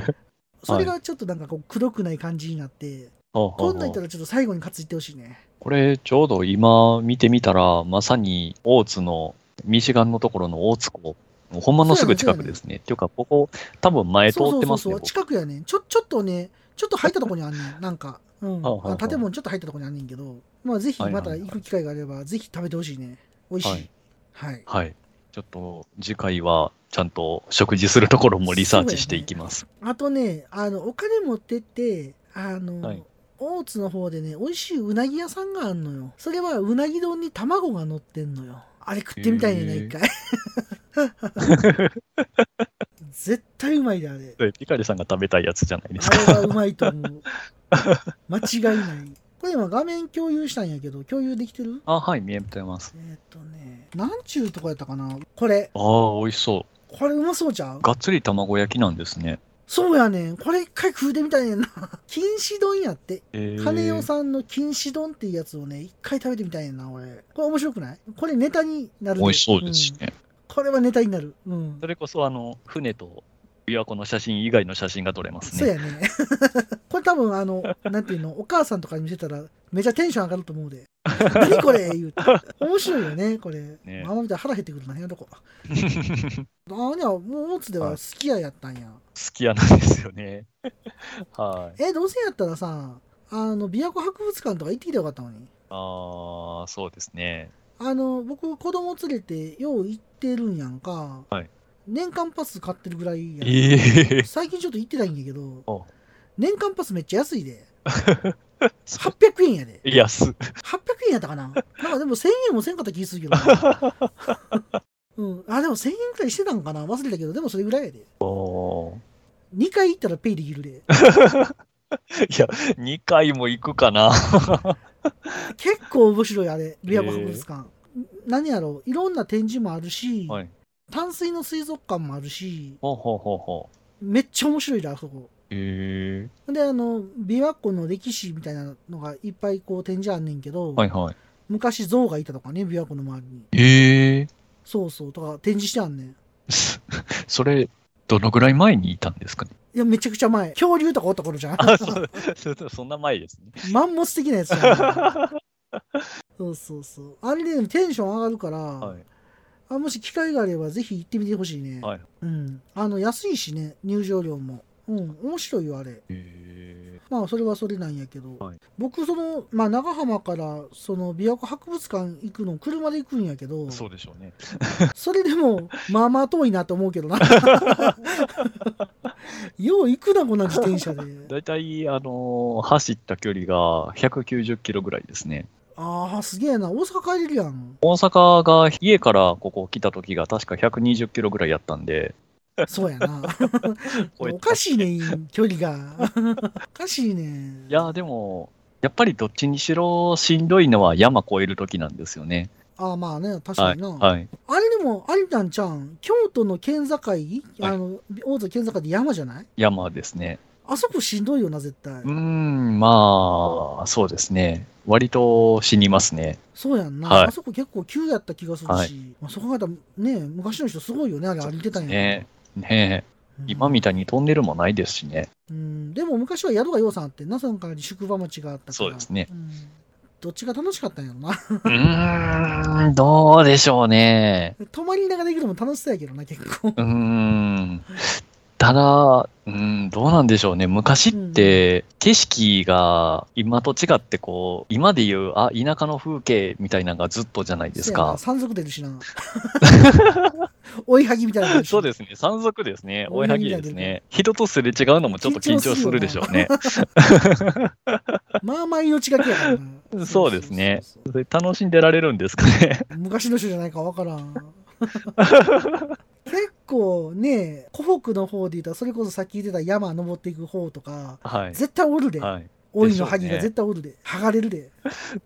Speaker 1: それがちょっとなんかこう黒くない感じになって
Speaker 2: ー。はあは
Speaker 1: 今度行っ
Speaker 2: あ
Speaker 1: た
Speaker 2: はあ
Speaker 1: らちょっと最後に勝ついってほしいね。
Speaker 2: これ、ちょうど今見てみたら、まさに大津の、ミシガンのところの大津港。ほんまのすぐ近くですね。っていうか、ここ、多分前通
Speaker 1: そう
Speaker 2: っ
Speaker 1: そう
Speaker 2: て
Speaker 1: そ
Speaker 2: ま
Speaker 1: う
Speaker 2: す
Speaker 1: そ
Speaker 2: ね
Speaker 1: う。。近くやねんちょちょっとねちょっと入ったとこにあんねんなんか、うん、
Speaker 2: はあはあ
Speaker 1: あ
Speaker 2: はあ
Speaker 1: 建物ちょっと入ったとこにあんねんけどまあぜひ
Speaker 2: はいは
Speaker 1: ま
Speaker 2: いは
Speaker 1: た
Speaker 2: い
Speaker 1: 行く機会があればぜひ食べてほしいね美味しい
Speaker 2: は
Speaker 1: はい
Speaker 2: い、はい。ちょっと、次回は、ちゃんと食事するところもリサーチしていきます。
Speaker 1: あとねあのお金持ってってあの、
Speaker 2: はい
Speaker 1: 大津の方でね美味しいうなぎ屋さんがあんのよそれはうなぎ丼に卵が乗ってんのよあれ食ってみたいねんな
Speaker 2: へー
Speaker 1: 一回 絶対うまいで、あれ。
Speaker 2: でピカリさんが食べたいやつじゃないです
Speaker 1: あ
Speaker 2: か。
Speaker 1: れはうまいと思う。間違いない。これ今画面共有したんやけど、共有できてる
Speaker 2: あ、はい、見えてます。
Speaker 1: えーっとね、なんちゅうとこやったかなこれ、
Speaker 2: ああ、美味しそ
Speaker 1: これうまそうちゃう
Speaker 2: う。がっつり卵焼きなんですね。
Speaker 1: そうやねん。これ一回食うてみたいねんな。 錦糸丼やって。
Speaker 2: えー、
Speaker 1: 金代さんの錦糸丼っていうやつをね、一回食べてみたいねんな、俺。これ面白くないこれネタになるで
Speaker 2: 美味しそうですしね。
Speaker 1: んこれはネタになる。うん
Speaker 2: そ。れこそ、あの、船と琵琶湖の写真以外の写真が撮れます
Speaker 1: そう
Speaker 2: ね。
Speaker 1: やね。 これ多分あの、なんていうの、お母さんとかに見せたらめちゃテンション上がると思うで。何これ言うて。面白いよね、これ。
Speaker 2: ね
Speaker 1: あんま見たら腹減ってくるな、やめ とこう。あにゃ、もう大津では好きややったんや。
Speaker 2: 好きやなんです よね。はい。
Speaker 1: え、どうせやったらさ、あの、琵琶湖博物館とか行ってきてよかったのに。
Speaker 2: ああ、そうですね。
Speaker 1: あの、僕、子供連れて、よう行ってるんやんか。
Speaker 2: はい
Speaker 1: 年間パス買ってるぐらいやん
Speaker 2: ええ
Speaker 1: 最近ちょっと行ってないんやけど
Speaker 2: お、
Speaker 1: 年間パスめっちゃ安い で。800円やで。
Speaker 2: いや、す、
Speaker 1: 800円やったかななんかでも1000円もせんかった気するけどな。 うん。あ、でも1000円くらいしてたんかな忘れたけど、でもそれぐらいやで。
Speaker 2: おー
Speaker 1: 2回行ったらペイできるで。
Speaker 2: いや、2回も行くかな。
Speaker 1: 結構面白い、あれ。琵琶湖博物館。何やろういろんな展示もあるし、
Speaker 2: はい。
Speaker 1: 淡水の水族館もあるし、
Speaker 2: ほうほうほうほう。
Speaker 1: めっちゃ面白いで、あそこ。
Speaker 2: ええ
Speaker 1: で、あの、琵琶湖の歴史みたいなのがいっぱいこう展示あんねんけど、
Speaker 2: はいはい。
Speaker 1: 昔象がいたとかね、琵琶湖の周りに。
Speaker 2: ええ
Speaker 1: そうそう、とか展示してあんねん。
Speaker 2: すそれ、どのぐらい前にいたんです かね。
Speaker 1: いや、めちゃくちゃ前。恐竜とかおった頃じゃん。
Speaker 2: あ、そう、そうそんな前ですね。
Speaker 1: マンモス的なやつやん そうそうそう。あれで、ね、テンション上がるから、
Speaker 2: はい。
Speaker 1: あもし機会があればぜひ行ってみてほしいね。
Speaker 2: はい
Speaker 1: うん。あの、安いしね、入場料も。うん、面白いよ、あれ。
Speaker 2: え
Speaker 1: まあ、それはそれなんやけど。
Speaker 2: はい
Speaker 1: 僕、その、まあ、長浜から、その、琵琶湖博物館行くの、車で行くんやけど、
Speaker 2: えそうでしょうね。
Speaker 1: それでも、まあまあ遠いなと思うけど な。よう行くな、こんな自転車で。
Speaker 2: だいたい、あのー走った距離が190キロぐらいですね。
Speaker 1: ああ、すげえな。大阪帰れるやん。
Speaker 2: 大阪が家からここ来た時が確か120キロぐらいやったんで、
Speaker 1: そうや な。
Speaker 2: こうやっ
Speaker 1: お
Speaker 2: て
Speaker 1: かしいね、距離が。おかしいね。
Speaker 2: いやーでも、やっぱりどっちにしろしんどいのは山越える時なんですよね。
Speaker 1: ああ、まあね、確か
Speaker 2: は
Speaker 1: に
Speaker 2: い。
Speaker 1: な。
Speaker 2: はい。
Speaker 1: あれでも、ありなんちゃん、京都の県境、あの、大津県境で山じゃない
Speaker 2: 山ですね。
Speaker 1: あそこしんどいよな、絶対。
Speaker 2: うーん、まあ、そうですね。割と死にますね。
Speaker 1: そうやんな、
Speaker 2: はい
Speaker 1: あそこ結構急やった気がするし、
Speaker 2: は
Speaker 1: まあ、そう考えたら、ね、昔の人すごいよね、あれ歩いてたんや。
Speaker 2: ねねえ
Speaker 1: うん
Speaker 2: 今みたいにトンネルもないですしね。
Speaker 1: うん、でも昔は宿がようさんあってな、その代わり宿場町があったから。
Speaker 2: そうですね
Speaker 1: んどっちが楽しかったんやろな。
Speaker 2: うーん、どうでしょうね。
Speaker 1: 泊まりながらできるのも楽しそうやけどな、結構。
Speaker 2: うーん。ただ、うん、どうなんでしょうね。昔って、景色が今と違って、こう、今で言う、あ、田舎の風景みたいなのがずっとじゃない です
Speaker 1: そうやな
Speaker 2: か。
Speaker 1: 山賊出るし な。 追いはぎみたいなの出るし
Speaker 2: そうですね。山賊ですね。
Speaker 1: 追
Speaker 2: 追
Speaker 1: い
Speaker 2: い
Speaker 1: は
Speaker 2: は
Speaker 1: ぎ
Speaker 2: ぎ
Speaker 1: だ
Speaker 2: で
Speaker 1: けど
Speaker 2: すね。人とすれ違うのもちょっと緊張するでしょうね。
Speaker 1: まあまあ命がけやからな
Speaker 2: そうですね
Speaker 1: そうそうそう
Speaker 2: それ楽しんでられるんですかね。
Speaker 1: 昔の人じゃないかわからん。結構ね、湖北の方で言ったら、それこそさっき言ってた山登っていく方とか、
Speaker 2: はい。
Speaker 1: 絶対おるで。
Speaker 2: はい。
Speaker 1: 老いの萩
Speaker 2: でし
Speaker 1: が
Speaker 2: ょうね
Speaker 1: 絶対おるで。剥がれるで。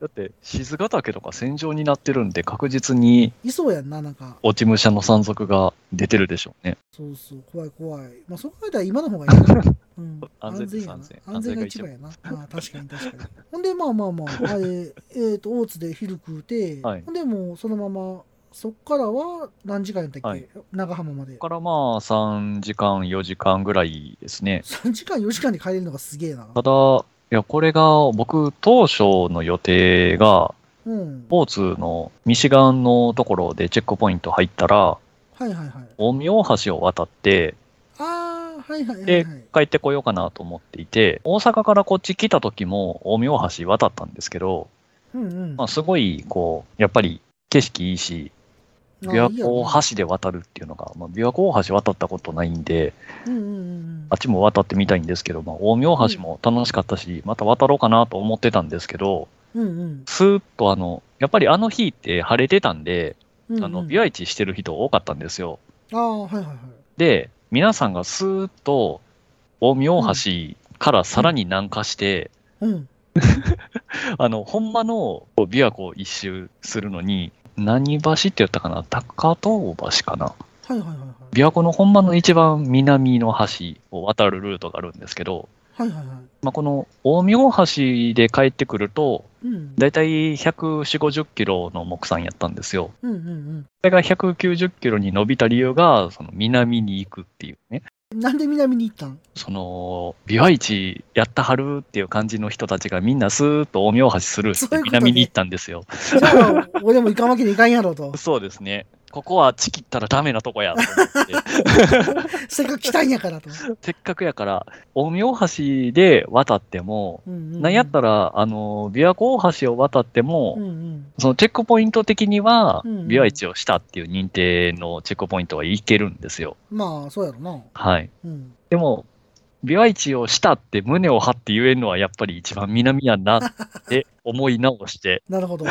Speaker 2: だって、静ヶ岳とか戦場になってるんで、確実に
Speaker 1: いそうやんな、なんか。
Speaker 2: 落ち武者の山賊が出てるでしょうね。
Speaker 1: そうそう、怖い怖い。まあ、そう考えたら今の方がいい な。うん、
Speaker 2: 安全です
Speaker 1: 安全やな。安全
Speaker 2: 安全
Speaker 1: が
Speaker 2: が
Speaker 1: 一
Speaker 2: 一
Speaker 1: 番
Speaker 2: 番
Speaker 1: やな。ああ確かに確かに。ほんで、まあまあまあ、あれ、 えっ、と、大津で昼食うて、
Speaker 2: はい
Speaker 1: ほんで、もうそのまま、そっからは何時間やったっけ、
Speaker 2: はい
Speaker 1: 長浜まで
Speaker 2: そこ。からまあ、3時間、4時間ぐらいですね。
Speaker 1: 3時間、4時間で帰れるのがすげえな。
Speaker 2: ただ、いや、これが、僕、当初の予定が、
Speaker 1: うん。
Speaker 2: ポーツのミシガンのところでチェックポイント入ったら、
Speaker 1: はいはいはい。
Speaker 2: 大宮大橋を渡って、
Speaker 1: ああ、はいはいはい、はい。
Speaker 2: 帰ってこようかなと思っていて、大阪からこっち来た時も大明橋渡ったんですけど、
Speaker 1: うんうん。
Speaker 2: まあ、すごい、こう、やっぱり景色いいし、
Speaker 1: あ
Speaker 2: 琵
Speaker 1: あ
Speaker 2: 琶
Speaker 1: いいや
Speaker 2: 湖
Speaker 1: ろ
Speaker 2: 大橋で渡るっていうのが、まあ、琵琶湖大橋渡ったことないんで、
Speaker 1: うんうんうん
Speaker 2: あっちも渡ってみたいんですけど、まあ、大明橋も楽しかったし、また渡ろうかなと思ってたんですけど、
Speaker 1: うん。うんうん。
Speaker 2: スーッとあの、やっぱりあの日って晴れてたんで、
Speaker 1: うんうん
Speaker 2: あの美容市してる人多かったんですよ。
Speaker 1: ああ、はいはいはい。
Speaker 2: で、皆さんがスーッと大宮大橋からさらに南下して、
Speaker 1: うん。
Speaker 2: あの、ほんまのこう琵琶湖を一周するのに、何橋って言ったかな高遠橋かな
Speaker 1: はいはいはいはい。
Speaker 2: 琵琶湖のほんまの一番南の橋を渡るルートがあるんですけど、
Speaker 1: はいはいは
Speaker 2: まあ、この大宮大橋で帰ってくると、
Speaker 1: い。うん。
Speaker 2: だいたい140、50キロの木山やったんですよ。
Speaker 1: うんうん
Speaker 2: それが190キロに伸びた理由が、その南に行くっていうね。
Speaker 1: うん。なんで南に行ったん
Speaker 2: その、琵琶市やったはるっていう感じの人たちがみんなスーッと大宮大橋スルーし
Speaker 1: そう
Speaker 2: て
Speaker 1: いうことね
Speaker 2: 南に行ったんですよ。
Speaker 1: じゃあ、俺も行かんわけにいかんやろ と。
Speaker 2: そうですね。ここはチキったらダメなとこやと思って。
Speaker 1: せっかく来たんやからと。
Speaker 2: せっかくやから、大宮大橋で渡っても、
Speaker 1: うんうんうん
Speaker 2: なんやったら、あの、琵琶湖大橋を渡っても、
Speaker 1: うんうん。
Speaker 2: そのチェックポイント的には、
Speaker 1: うんうん
Speaker 2: 琵琶市をしたっていう認定のチェックポイントはいけるんですよ。
Speaker 1: まあ、そうやろな。
Speaker 2: はい。
Speaker 1: うん。
Speaker 2: でも、琵琶市をしたって胸を張って言えるのはやっぱり一番南やんなって 思い直して、
Speaker 1: なるほど。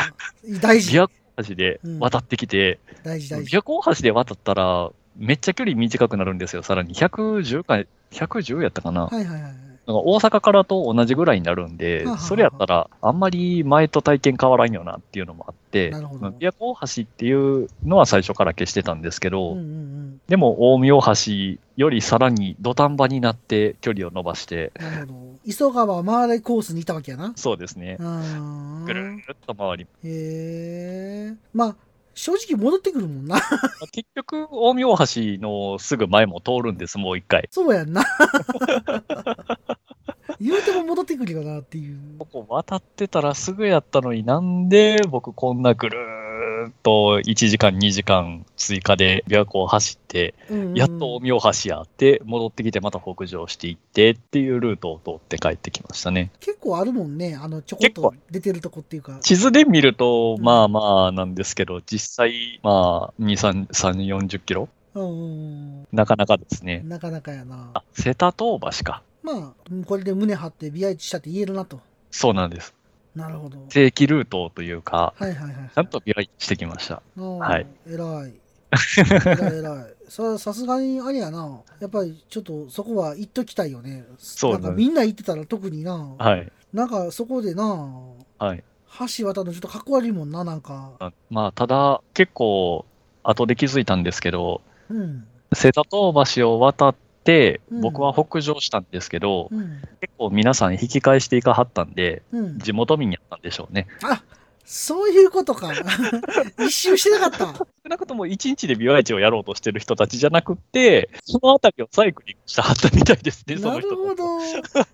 Speaker 1: 大事
Speaker 2: 琵。琶湖大橋で渡ってきて、
Speaker 1: 大事大事。
Speaker 2: 琵琶湖大橋で渡ったら、めっちゃ距離短くなるんですよ。さらに110か、110やったか
Speaker 1: は
Speaker 2: な。
Speaker 1: いはいはいはい。
Speaker 2: なんか大阪からと同じぐらいになるん
Speaker 1: は
Speaker 2: で
Speaker 1: あはあは、あ
Speaker 2: それやったら、あんまり前と体験変わらんよなっていうのもあって、
Speaker 1: なるほど
Speaker 2: 琵琶湖大橋っていうのは最初から消してたんですけ
Speaker 1: う
Speaker 2: ど、
Speaker 1: んうん
Speaker 2: でも大宮大橋よりさらに土壇場になって距離を伸ばして、
Speaker 1: うん。なるほど。磯川回れコースにいたわけやな。
Speaker 2: そうですね
Speaker 1: う、ーん。
Speaker 2: ぐるーっと回り、
Speaker 1: へえ。まあ、正直戻ってくるもんな。
Speaker 2: 結局、大宮大橋のすぐ前も通るんです、もう一回。
Speaker 1: そうやん な。言うても戻ってくるよなっていう。
Speaker 2: ここ渡ってたらすぐやったのになんで僕こんなぐるーっと1時間2時間追加で琵琶湖を走って
Speaker 1: うんうん
Speaker 2: やっと大宮大橋やって、戻ってきてまた北上していってっていうルートを通って帰ってきましたね。
Speaker 1: 結構あるもんね。あの、ちょこっと出てるとこっていうか。
Speaker 2: 地図で見ると、
Speaker 1: うん
Speaker 2: まあまあなんですけど、実際、まあ、2、3、3、40キロ
Speaker 1: うんうん
Speaker 2: なかなかです
Speaker 1: う
Speaker 2: ね
Speaker 1: ん。。なかなかやな。
Speaker 2: あ、瀬田東橋か。
Speaker 1: まあ、うんこれで胸張って美愛知したって言えるなと。
Speaker 2: そうなんです。
Speaker 1: なるほど。
Speaker 2: 正規ルートというか、
Speaker 1: はいはいはい。
Speaker 2: ちゃんと病院してきました。は。
Speaker 1: はい偉い。 偉い偉い。ささすがにあれやな。やっぱりちょっとそこは行っときたいよね。
Speaker 2: そう
Speaker 1: な
Speaker 2: なんん
Speaker 1: かみんな行ってたら特にな。
Speaker 2: はい。
Speaker 1: なんかそこでな、
Speaker 2: はい。
Speaker 1: 橋渡るのちょっとかっこ悪いもんな、なんか。
Speaker 2: あまあ、ただ、結構、後で気づいたんですけど、
Speaker 1: うん。
Speaker 2: 瀬田東橋を渡って、
Speaker 1: うん
Speaker 2: 僕は北上したんですけど、
Speaker 1: うん。
Speaker 2: 結構皆さん引き返していかはったんで、
Speaker 1: うん。
Speaker 2: 地元民やったんでしょうね。
Speaker 1: あそういうことか。 一周してなか った。
Speaker 2: 少なくとも1日で美容市をやろうとしてる人たちじゃなくて、そのあたりをサイクリングしてはったみたいですね、そ
Speaker 1: な
Speaker 2: の人
Speaker 1: るほ
Speaker 2: たち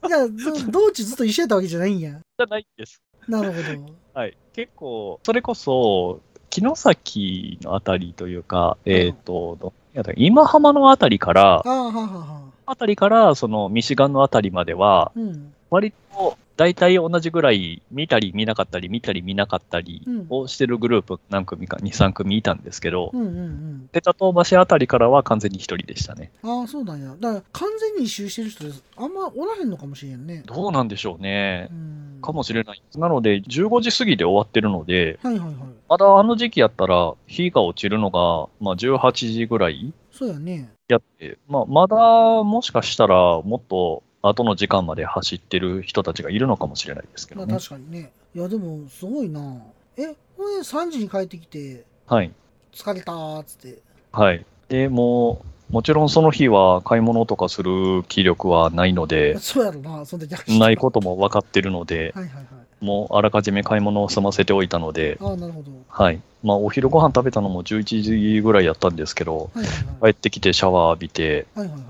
Speaker 1: ど。いや、ず道中ずっと一緒やったわけじゃないんや。
Speaker 2: じゃないんです。
Speaker 1: なるほど。
Speaker 2: はい。結構、それこそ、城崎のあたりというか、えっ、と、どやったっけ今浜のあたりから、
Speaker 1: ああ、はあはあはあ。
Speaker 2: あたりから、そのミシガンのあたりまでは、
Speaker 1: うん。
Speaker 2: 割と大体同じぐらい見たり見なかったり、見たり見なかったり
Speaker 1: うん
Speaker 2: をしてるグループ何組か、2、3組いたんですけど
Speaker 1: う、んうんうん。
Speaker 2: ペタトー橋あたりからは完全に一人でしたね。
Speaker 1: ああ、そうなんや。だから完全に一周してる人です。あんまおらへんのかもしれんね。
Speaker 2: どうなんでしょうね
Speaker 1: う。ん。
Speaker 2: かもしれない。なので、15時過ぎで終わってるので、
Speaker 1: はいはいはい。
Speaker 2: まだあの時期やったら、日が落ちるのが、まあ、18時ぐらい
Speaker 1: そうやね。
Speaker 2: やって、まあ、まだもしかしたら、もっと後の時間まで走ってる人たちがいるのかもしれないですけ
Speaker 1: ま
Speaker 2: ど
Speaker 1: あ
Speaker 2: ね。
Speaker 1: 確かにね。いや、でもすごいな。え、これ3時に帰ってきて、
Speaker 2: はい。
Speaker 1: 疲れたーっつって。
Speaker 2: はい。で、もう、もちろんその日は買い物とかする気力はないので、
Speaker 1: そうやろな、そん時走って
Speaker 2: ないことも分かってるので、
Speaker 1: はいはいはい。
Speaker 2: もうあらかじめ買い物を済ませておいたので、
Speaker 1: ああ、なるほど。
Speaker 2: はい。まあ、お昼ご飯食べたのも11時ぐらいやったんですけど、
Speaker 1: はいはいは
Speaker 2: 帰
Speaker 1: い。
Speaker 2: ってきてシャワー浴びて、
Speaker 1: はいはいはい。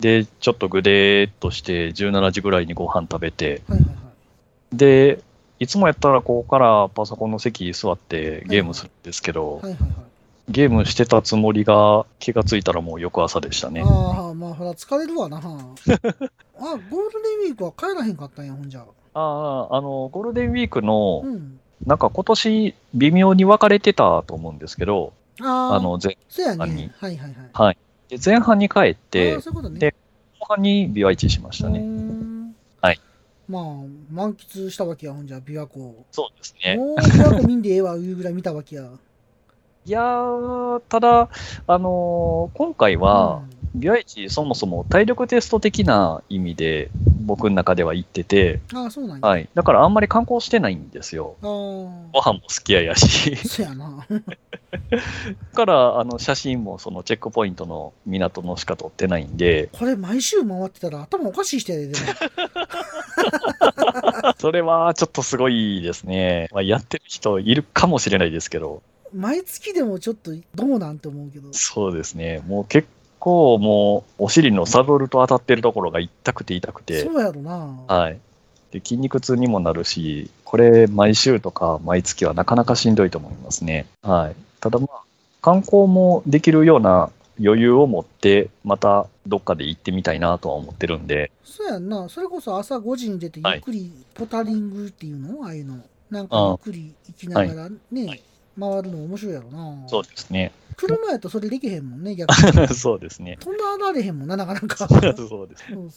Speaker 2: で、ちょっとぐでーっとして、17時ぐらいにご飯食べて、
Speaker 1: はいはいはい。
Speaker 2: で、いつもやったらここからパソコンの席座ってゲームするんですけど、
Speaker 1: はいはいはい。
Speaker 2: ゲームしてたつもりが気がついたらもう翌朝でしたね。
Speaker 1: ああ、まあほら、疲れるわ な。あ、ゴールデンウィークは帰らへんかったんや、ほんじゃ。
Speaker 2: ああ、あの、ゴールデンウィークの
Speaker 1: う、ん。
Speaker 2: なんか今年微妙に分かれてたと思うんですけど、
Speaker 1: あ
Speaker 2: あ
Speaker 1: あ、
Speaker 2: の、前
Speaker 1: そうや
Speaker 2: あに
Speaker 1: ね。はいはいはい。
Speaker 2: で前半に帰って
Speaker 1: ああ、そういうことね。
Speaker 2: で後半に BY1 しました
Speaker 1: うー
Speaker 2: ね。
Speaker 1: ん
Speaker 2: はい。
Speaker 1: まあ、満喫したわけや、ほんじゃ、琵琶湖を。
Speaker 2: そうですね。
Speaker 1: もう琵琶湖見んでええわ、いうぐらい見たわけや。
Speaker 2: いやー、ただ、あのー今回は、ビワイチそもそも体力テスト的な意味で僕の中では行ってて、
Speaker 1: うんああ、そうなんや。
Speaker 2: はい。だからあんまり観光してないんですよ。
Speaker 1: ああ
Speaker 2: ご、飯も好きややし。
Speaker 1: そやな。
Speaker 2: だから、あの、写真もそのチェックポイントの港のしか撮ってないんで、
Speaker 1: これ毎週回ってたら頭おかしい人やで、 でも。
Speaker 2: それはちょっとすごいですね。まあ、やってる人いるかもしれないですけど、
Speaker 1: 毎月でもちょっとどうなんて思うけど。
Speaker 2: そうですね。もう結構もう、お尻のサドルと当たってるところが痛くて痛くて、
Speaker 1: そうやろな。
Speaker 2: はい。で、筋肉痛にもなるし、これ、毎週とか毎月はなかなかしんどいと思いますね。はい。ただまあ、観光もできるような余裕を持って、またどっかで行ってみたいなとは思ってるんで、
Speaker 1: そうやんな。それこそ朝5時に出て、ゆ
Speaker 2: はい
Speaker 1: っくりポタリングっていうのああいうの。なん
Speaker 2: ああ
Speaker 1: かゆっくり行きながらね、
Speaker 2: はい
Speaker 1: 回るの面白いやろな。
Speaker 2: そうですね。
Speaker 1: 車やとそれできへんもんね、逆に。
Speaker 2: そうで すね。
Speaker 1: 飛んだられへんもんな、なかなか。
Speaker 2: そ
Speaker 1: そううそう
Speaker 2: です
Speaker 1: そ
Speaker 2: ね。
Speaker 1: う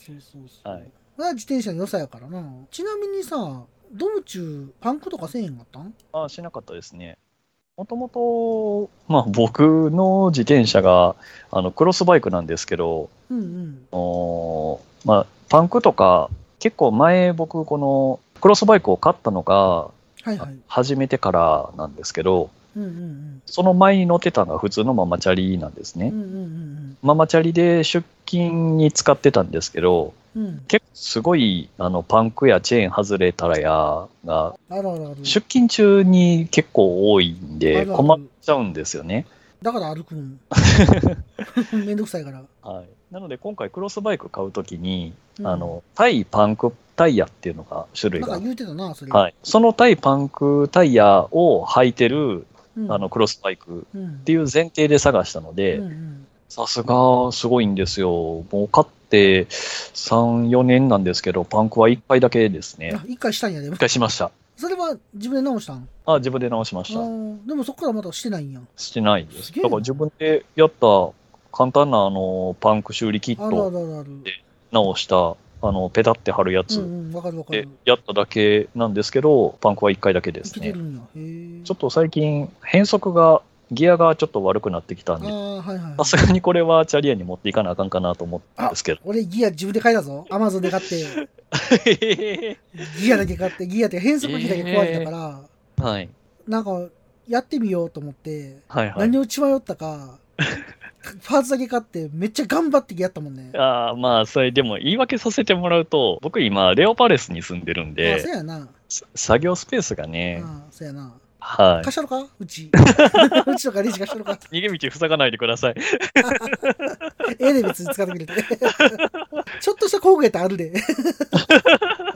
Speaker 1: そう。
Speaker 2: はい
Speaker 1: まあ自転車の良さやからな。ちなみにさ、道中、パンクとかせえへんかったん
Speaker 2: あしなかったですね。もともと、まあ僕の自転車が、あの、クロスバイクなんですけど、
Speaker 1: うんうん。
Speaker 2: おーまあ、パンクとか、結構前僕、この、クロスバイクを買ったのが、
Speaker 1: はいはい。
Speaker 2: 始めてからなんですけど、
Speaker 1: うんうん
Speaker 2: その前に乗ってたのが普通のママチャリなんです
Speaker 1: うん。う
Speaker 2: ね
Speaker 1: ん。うん
Speaker 2: ママチャリで出勤に使ってたんですけど、
Speaker 1: うんうん。うん。
Speaker 2: 結構すごい、あの、パンクやチェーン外れたらやが、
Speaker 1: あるあるある。
Speaker 2: 出勤中に結構多いん
Speaker 1: あ
Speaker 2: で、
Speaker 1: るある
Speaker 2: 困っちゃうんですよね。
Speaker 1: だから歩く ん。めんどくさいから。
Speaker 2: はい。なので今回クロスバイク買うときに、
Speaker 1: うん
Speaker 2: あ、の、対パンクタイヤっていうのが種類
Speaker 1: なん
Speaker 2: が
Speaker 1: か。言うてたな、それ。
Speaker 2: はい。その対パンクタイヤを履いてる、
Speaker 1: うん
Speaker 2: あの、、クロスバイク
Speaker 1: うん、っ
Speaker 2: っていう前提で探したので、
Speaker 1: うんうん
Speaker 2: さすがすごいんですよ。もう買って3、4年なんですけど、パンクは1回だけですね
Speaker 1: あ。一回したんやで、
Speaker 2: 1回しました。
Speaker 1: それは自分で直したん
Speaker 2: あ、自分で直しまし
Speaker 1: あ
Speaker 2: た。
Speaker 1: ーでもそこからまだしてないんや
Speaker 2: してないですす。
Speaker 1: げえ
Speaker 2: だ
Speaker 1: な
Speaker 2: から自分でやった簡単なあのパンク修理キ
Speaker 1: あ
Speaker 2: ッ
Speaker 1: るあ
Speaker 2: ト
Speaker 1: るあるある
Speaker 2: 直した、あの、ペタって貼るや
Speaker 1: う
Speaker 2: つ
Speaker 1: んうんわかるわか
Speaker 2: で
Speaker 1: る
Speaker 2: やっただけなんですけど、パンクは1回だけで
Speaker 1: 生
Speaker 2: す
Speaker 1: きて
Speaker 2: ね
Speaker 1: る。んやへえ
Speaker 2: ちょっと最近変速が、ギアがちょっと悪くなってきたん
Speaker 1: あ
Speaker 2: で、
Speaker 1: あはいはい
Speaker 2: さすがにこれはチャリアに持っていかなあかんかなと思ったんですけど。
Speaker 1: 俺ギア自分で買いだぞアマゾンで買ってギアだけ買ってギアって変速機だけ壊れたから、
Speaker 2: はい。
Speaker 1: なんかやってみようと思って、
Speaker 2: はいはい。
Speaker 1: 何を血迷ったかパーツだけ買ってめっちゃ頑張ってやったもんねあ
Speaker 2: ああまあ、それでも言い訳させてもらうと、僕今、レオパレスに住んでるん
Speaker 1: あ
Speaker 2: で
Speaker 1: そ、うやな
Speaker 2: さ作業スペースが
Speaker 1: あ
Speaker 2: ね、
Speaker 1: あそうやな
Speaker 2: は
Speaker 1: 貸したのかうち うちとかレジ貸したのか
Speaker 2: い。逃げ道塞がないでください。
Speaker 1: ええで別に使ってくれて。 ちょっとした工具やったらあるで。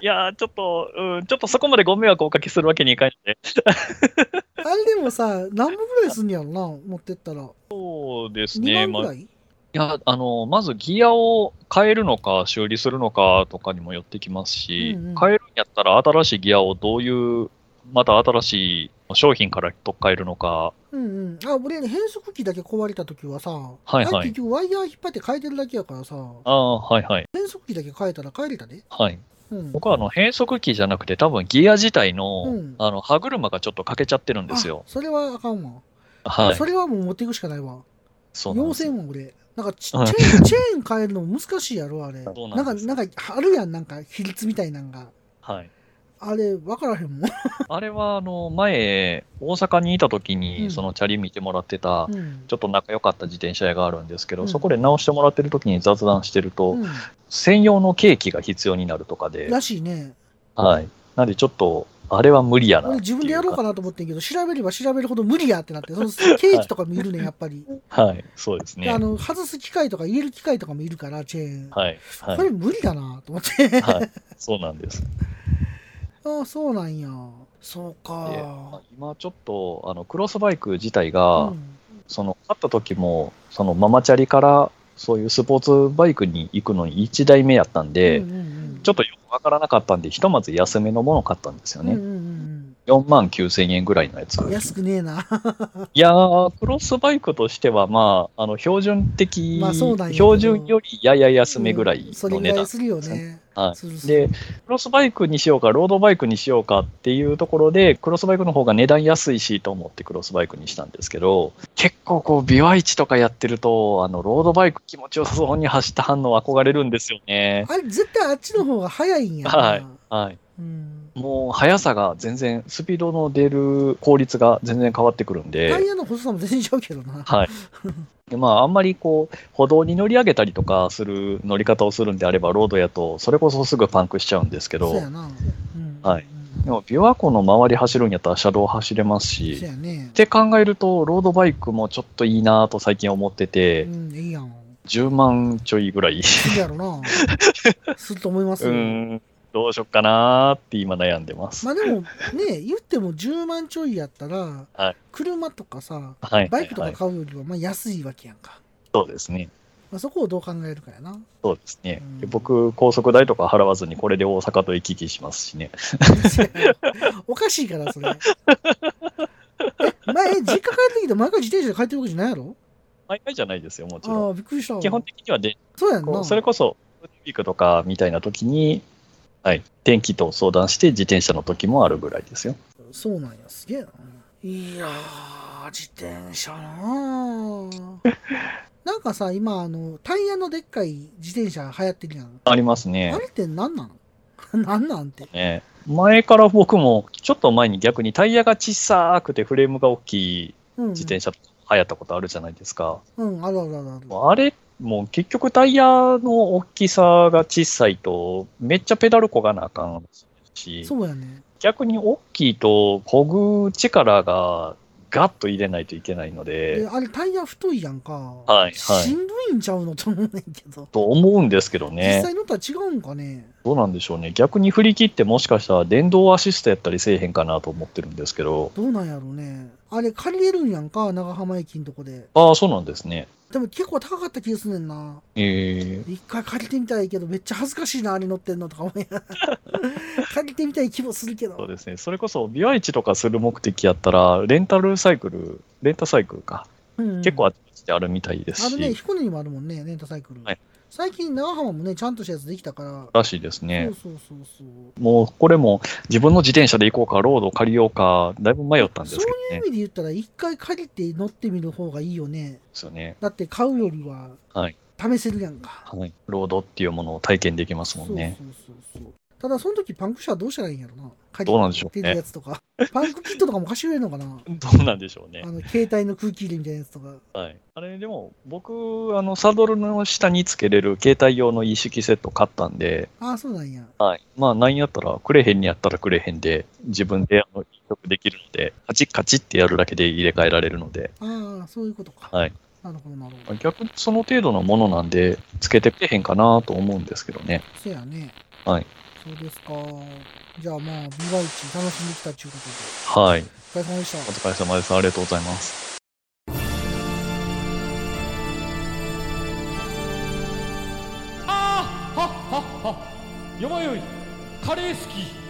Speaker 2: いやー、ちょっと、うん、ちょっとそこまでご迷惑をおかけするわけにいかないので。
Speaker 1: あれでもさ、何本ぐらいすんねやろな、持ってったら。
Speaker 2: そうですね。
Speaker 1: 2万
Speaker 2: ま
Speaker 1: ぐ
Speaker 2: あ、
Speaker 1: ら
Speaker 2: い
Speaker 1: い、
Speaker 2: や、あの、まずギアを変えるのか、修理するのかとかにもよってきますし、
Speaker 1: うんうん
Speaker 2: 変えるんやったら新しいギアをどういう、また新しい商品から取っ換えるのか、
Speaker 1: うんうん。あ、俺、変速機だけ壊れた時はさ、
Speaker 2: はい
Speaker 1: あれ結局ワイヤー引っ張って変えてるだけやからさ、
Speaker 2: ああ、はいはい。
Speaker 1: 変速機だけ変えたら変えれたで。
Speaker 2: はい。
Speaker 1: うん。
Speaker 2: 僕はあの変速機じゃなくて、多分ギア自体の,、
Speaker 1: うん
Speaker 2: あの歯車がちょっと欠けちゃってるんですよ
Speaker 1: あ。それはあかんわ、
Speaker 2: はい。
Speaker 1: それはもう持っていくしかないわ。
Speaker 2: そうなん
Speaker 1: 要
Speaker 2: です
Speaker 1: 請も俺。なんかチ、
Speaker 2: はい
Speaker 1: チ ェーン、チェーン変えるの難しいやろ、あれ。
Speaker 2: そう
Speaker 1: な
Speaker 2: なんん
Speaker 1: か、
Speaker 2: です
Speaker 1: なんか、あるやん、なんか、比率みたいなんが。
Speaker 2: はい。
Speaker 1: あれ、わからへんもん。
Speaker 2: あれは、あの、前、大阪にいた時
Speaker 1: う
Speaker 2: に、
Speaker 1: ん
Speaker 2: そのチャリ見てもらってた、
Speaker 1: うん
Speaker 2: ちょっと仲良かった自転車屋があるんですけど、
Speaker 1: うん
Speaker 2: そこで直してもらってる時に雑談してると、
Speaker 1: うん
Speaker 2: 専用のケーキが必要になるとかで、
Speaker 1: らしいね。
Speaker 2: はい。なんでちょっと、あれは無理やな
Speaker 1: 俺自分でやろうか
Speaker 2: な。
Speaker 1: なと思ってんけど、調べれば調べるほど無理やってなって、そのケーキとかもいるね、やっぱり。
Speaker 2: はい。そうです
Speaker 1: で
Speaker 2: ね
Speaker 1: あ。の、外す機械とか入れる機械とかもいるから、チェーン。
Speaker 2: はい。は
Speaker 1: これ
Speaker 2: い。
Speaker 1: 無理だなと思って。
Speaker 2: はい。そうな んです。
Speaker 1: ああ、そうなんや。そう
Speaker 2: で
Speaker 1: か。
Speaker 2: 今ちょっと、あの、クロスバイク自体が、
Speaker 1: うん
Speaker 2: その買った時もそのママチャリからそういうスポーツバイクに行くのに1台目やったんで、
Speaker 1: うんうんうん
Speaker 2: ちょっとよくわからなかったんでひとまず安めのものを買ったんです
Speaker 1: う
Speaker 2: よ
Speaker 1: ん
Speaker 2: ね、
Speaker 1: うんうん
Speaker 2: 4万9000円ぐらいのやつ。
Speaker 1: 安くねえな。
Speaker 2: いやー、クロスバイクとしては、まあ、あの、標準的、
Speaker 1: まあそうなんやけど
Speaker 2: 標準よりやや安めぐらい
Speaker 1: うんそれ
Speaker 2: の
Speaker 1: ぐ
Speaker 2: 値
Speaker 1: ら
Speaker 2: 段
Speaker 1: い。するよね。
Speaker 2: はい
Speaker 1: するする
Speaker 2: で、クロスバイクにしようか、ロードバイクにしようかっていうところで、クロスバイクの方が値段安いしと思ってクロスバイクにしたんですけど、結構こう、美和市とかやってると、あの、ロードバイク気持ちよさそうに走った反応憧れるんですよね。
Speaker 1: あれ、絶対あっちの方が早いんやな。
Speaker 2: はいはい。
Speaker 1: うん
Speaker 2: もう速さが全然、スピードの出る効率が全然変わってくるんで。
Speaker 1: タイヤの細さも全然ちゃうけどな。
Speaker 2: はい。でまあ、あんまりこう、歩道に乗り上げたりとかする乗り方をするんであれば、ロードやと、それこそすぐパンクしちゃうんですけ
Speaker 1: そう
Speaker 2: ど
Speaker 1: や、な。うん
Speaker 2: はい。
Speaker 1: うん
Speaker 2: でも、琵琶湖の周り走るんやったら車道走れます
Speaker 1: そう
Speaker 2: し、
Speaker 1: やね
Speaker 2: っ。て考えると、ロードバイクもちょっといいなと最近思って
Speaker 1: う
Speaker 2: て、
Speaker 1: ん、いいやん。
Speaker 2: 10万ちょいぐらい、
Speaker 1: するやろ な。すると思います
Speaker 2: う
Speaker 1: よ。
Speaker 2: ーん、どうしよっかなーって今悩んでます。
Speaker 1: まあでも、ね、言っても10万ちょいやったら、
Speaker 2: はい
Speaker 1: 車とかさ、
Speaker 2: はい。
Speaker 1: バイクとか
Speaker 2: はい
Speaker 1: 買うよりはまあ安いわけやんか。
Speaker 2: そうですね。
Speaker 1: まあ、そこをどう考えるかや な。
Speaker 2: そうですね
Speaker 1: うん。
Speaker 2: で僕、高速代とか払わずに、これで大阪と行き来しますしね。
Speaker 1: おかしいから、それ。え、前、実家帰る時って毎回自転車で帰ってるわけじゃないやろ
Speaker 2: 毎回じゃないですよ、もち
Speaker 1: あ
Speaker 2: ろん。
Speaker 1: あ、びっくりした。
Speaker 2: 基本的にはで
Speaker 1: そうやん
Speaker 2: こ
Speaker 1: な。
Speaker 2: うそれこそ、オリンピックとかみたいな時に、はい、天気と相談して自転車の時もあるぐらいですよ。
Speaker 1: そうなんや、すげえな。いやー、自転車なーなんかさ、今、あの、タイヤのでっかい自転車流行ってるやん。
Speaker 2: あります
Speaker 1: あ
Speaker 2: ね。
Speaker 1: れって何なの 何なんて。
Speaker 2: ね前から僕も、ちょっと前に逆にタイヤが小さくてフレームが大きい
Speaker 1: うん、
Speaker 2: 自転車とか流行ったことあるじゃないですか。
Speaker 1: うん、あるあるあるある。
Speaker 2: あれもう結局タイヤの大きさが小さいと、めっちゃペダルこがなあかんし、
Speaker 1: そうやね。
Speaker 2: 逆に大きいとこぐ力がガッと入れないといけないの
Speaker 1: で
Speaker 2: で、
Speaker 1: あれタイヤ太いやんか。
Speaker 2: はいはい
Speaker 1: しんどいんちゃうのと思うねんけど。
Speaker 2: と思うんですけどね。
Speaker 1: 実際乗ったら違うんかね。
Speaker 2: どうなんでしょうね。逆に振り切ってもしかしたら電動アシストやったりせえへんかなと思ってるんですけど。
Speaker 1: どうなんやろうね。あれ借りれるんやんか、長浜駅のとこで。
Speaker 2: ああ、そうなんですね。
Speaker 1: でも結構高かった気がすんねんな。
Speaker 2: ええ
Speaker 1: 一回借りてみたいけど、めっちゃ恥ずかしいな、あれ乗ってんのとか思いなが ら借りてみたい気もするけ
Speaker 2: そう
Speaker 1: ど。
Speaker 2: ですね。それこそ、ビワイチとかする目的やったら、レンタルサイクル、レンタサイクルか。
Speaker 1: うん
Speaker 2: 結構あちこちであるみたいです
Speaker 1: あ
Speaker 2: し、
Speaker 1: るね、彦根にもあるもんね、レンタサイクル。
Speaker 2: はい
Speaker 1: 最近、長浜もね、ちゃんとしたやつできたから。
Speaker 2: らしいですね。
Speaker 1: そうそうそうそう。
Speaker 2: もう、これも自分の自転車で行こうか、ロードを借りようか、だいぶ迷ったんですけど
Speaker 1: そういう意
Speaker 2: ね。
Speaker 1: 味で言ったら、一回借りて乗ってみる方がいいよね。
Speaker 2: ですよね。
Speaker 1: だって買うよりは
Speaker 2: はい、
Speaker 1: 試せるやんか。
Speaker 2: はい。ロードっていうものを体験できますもんね。
Speaker 1: そうそうそうそう。ただ、その時パンク車はどうしたらいいんやろな。借
Speaker 2: どう
Speaker 1: り
Speaker 2: なんでしょう
Speaker 1: てるや
Speaker 2: ね。
Speaker 1: つ とか。パンクキットとかも貸してくれるのかな。
Speaker 2: どうなんでしょうね
Speaker 1: あ。の携帯の空気入れみたいなやつとか。
Speaker 2: はい、あれでも僕あのサドルの下につけれる携帯用の一式セット買ったんで、
Speaker 1: ああ、そうなんや。
Speaker 2: はい、まあ何やったらくれへんにやったらくれへんで自分であの入力できるのでカチッカチッってやるだけで入れ替えられるので、
Speaker 1: ああ、そういうことか。
Speaker 2: はい、
Speaker 1: なるほど、なるほど。
Speaker 2: 逆にその程度のものなんでつけてくれへんかなと思うんですけどね
Speaker 1: せやね。
Speaker 2: はい。
Speaker 1: そうですか。じゃあまあ、ビワイチ楽しんできたということで、
Speaker 2: はい
Speaker 1: お疲れ様でし
Speaker 2: お
Speaker 1: た。
Speaker 2: 疲れ様ですありがとうございます
Speaker 3: あーはっはっはよまよいカレー好き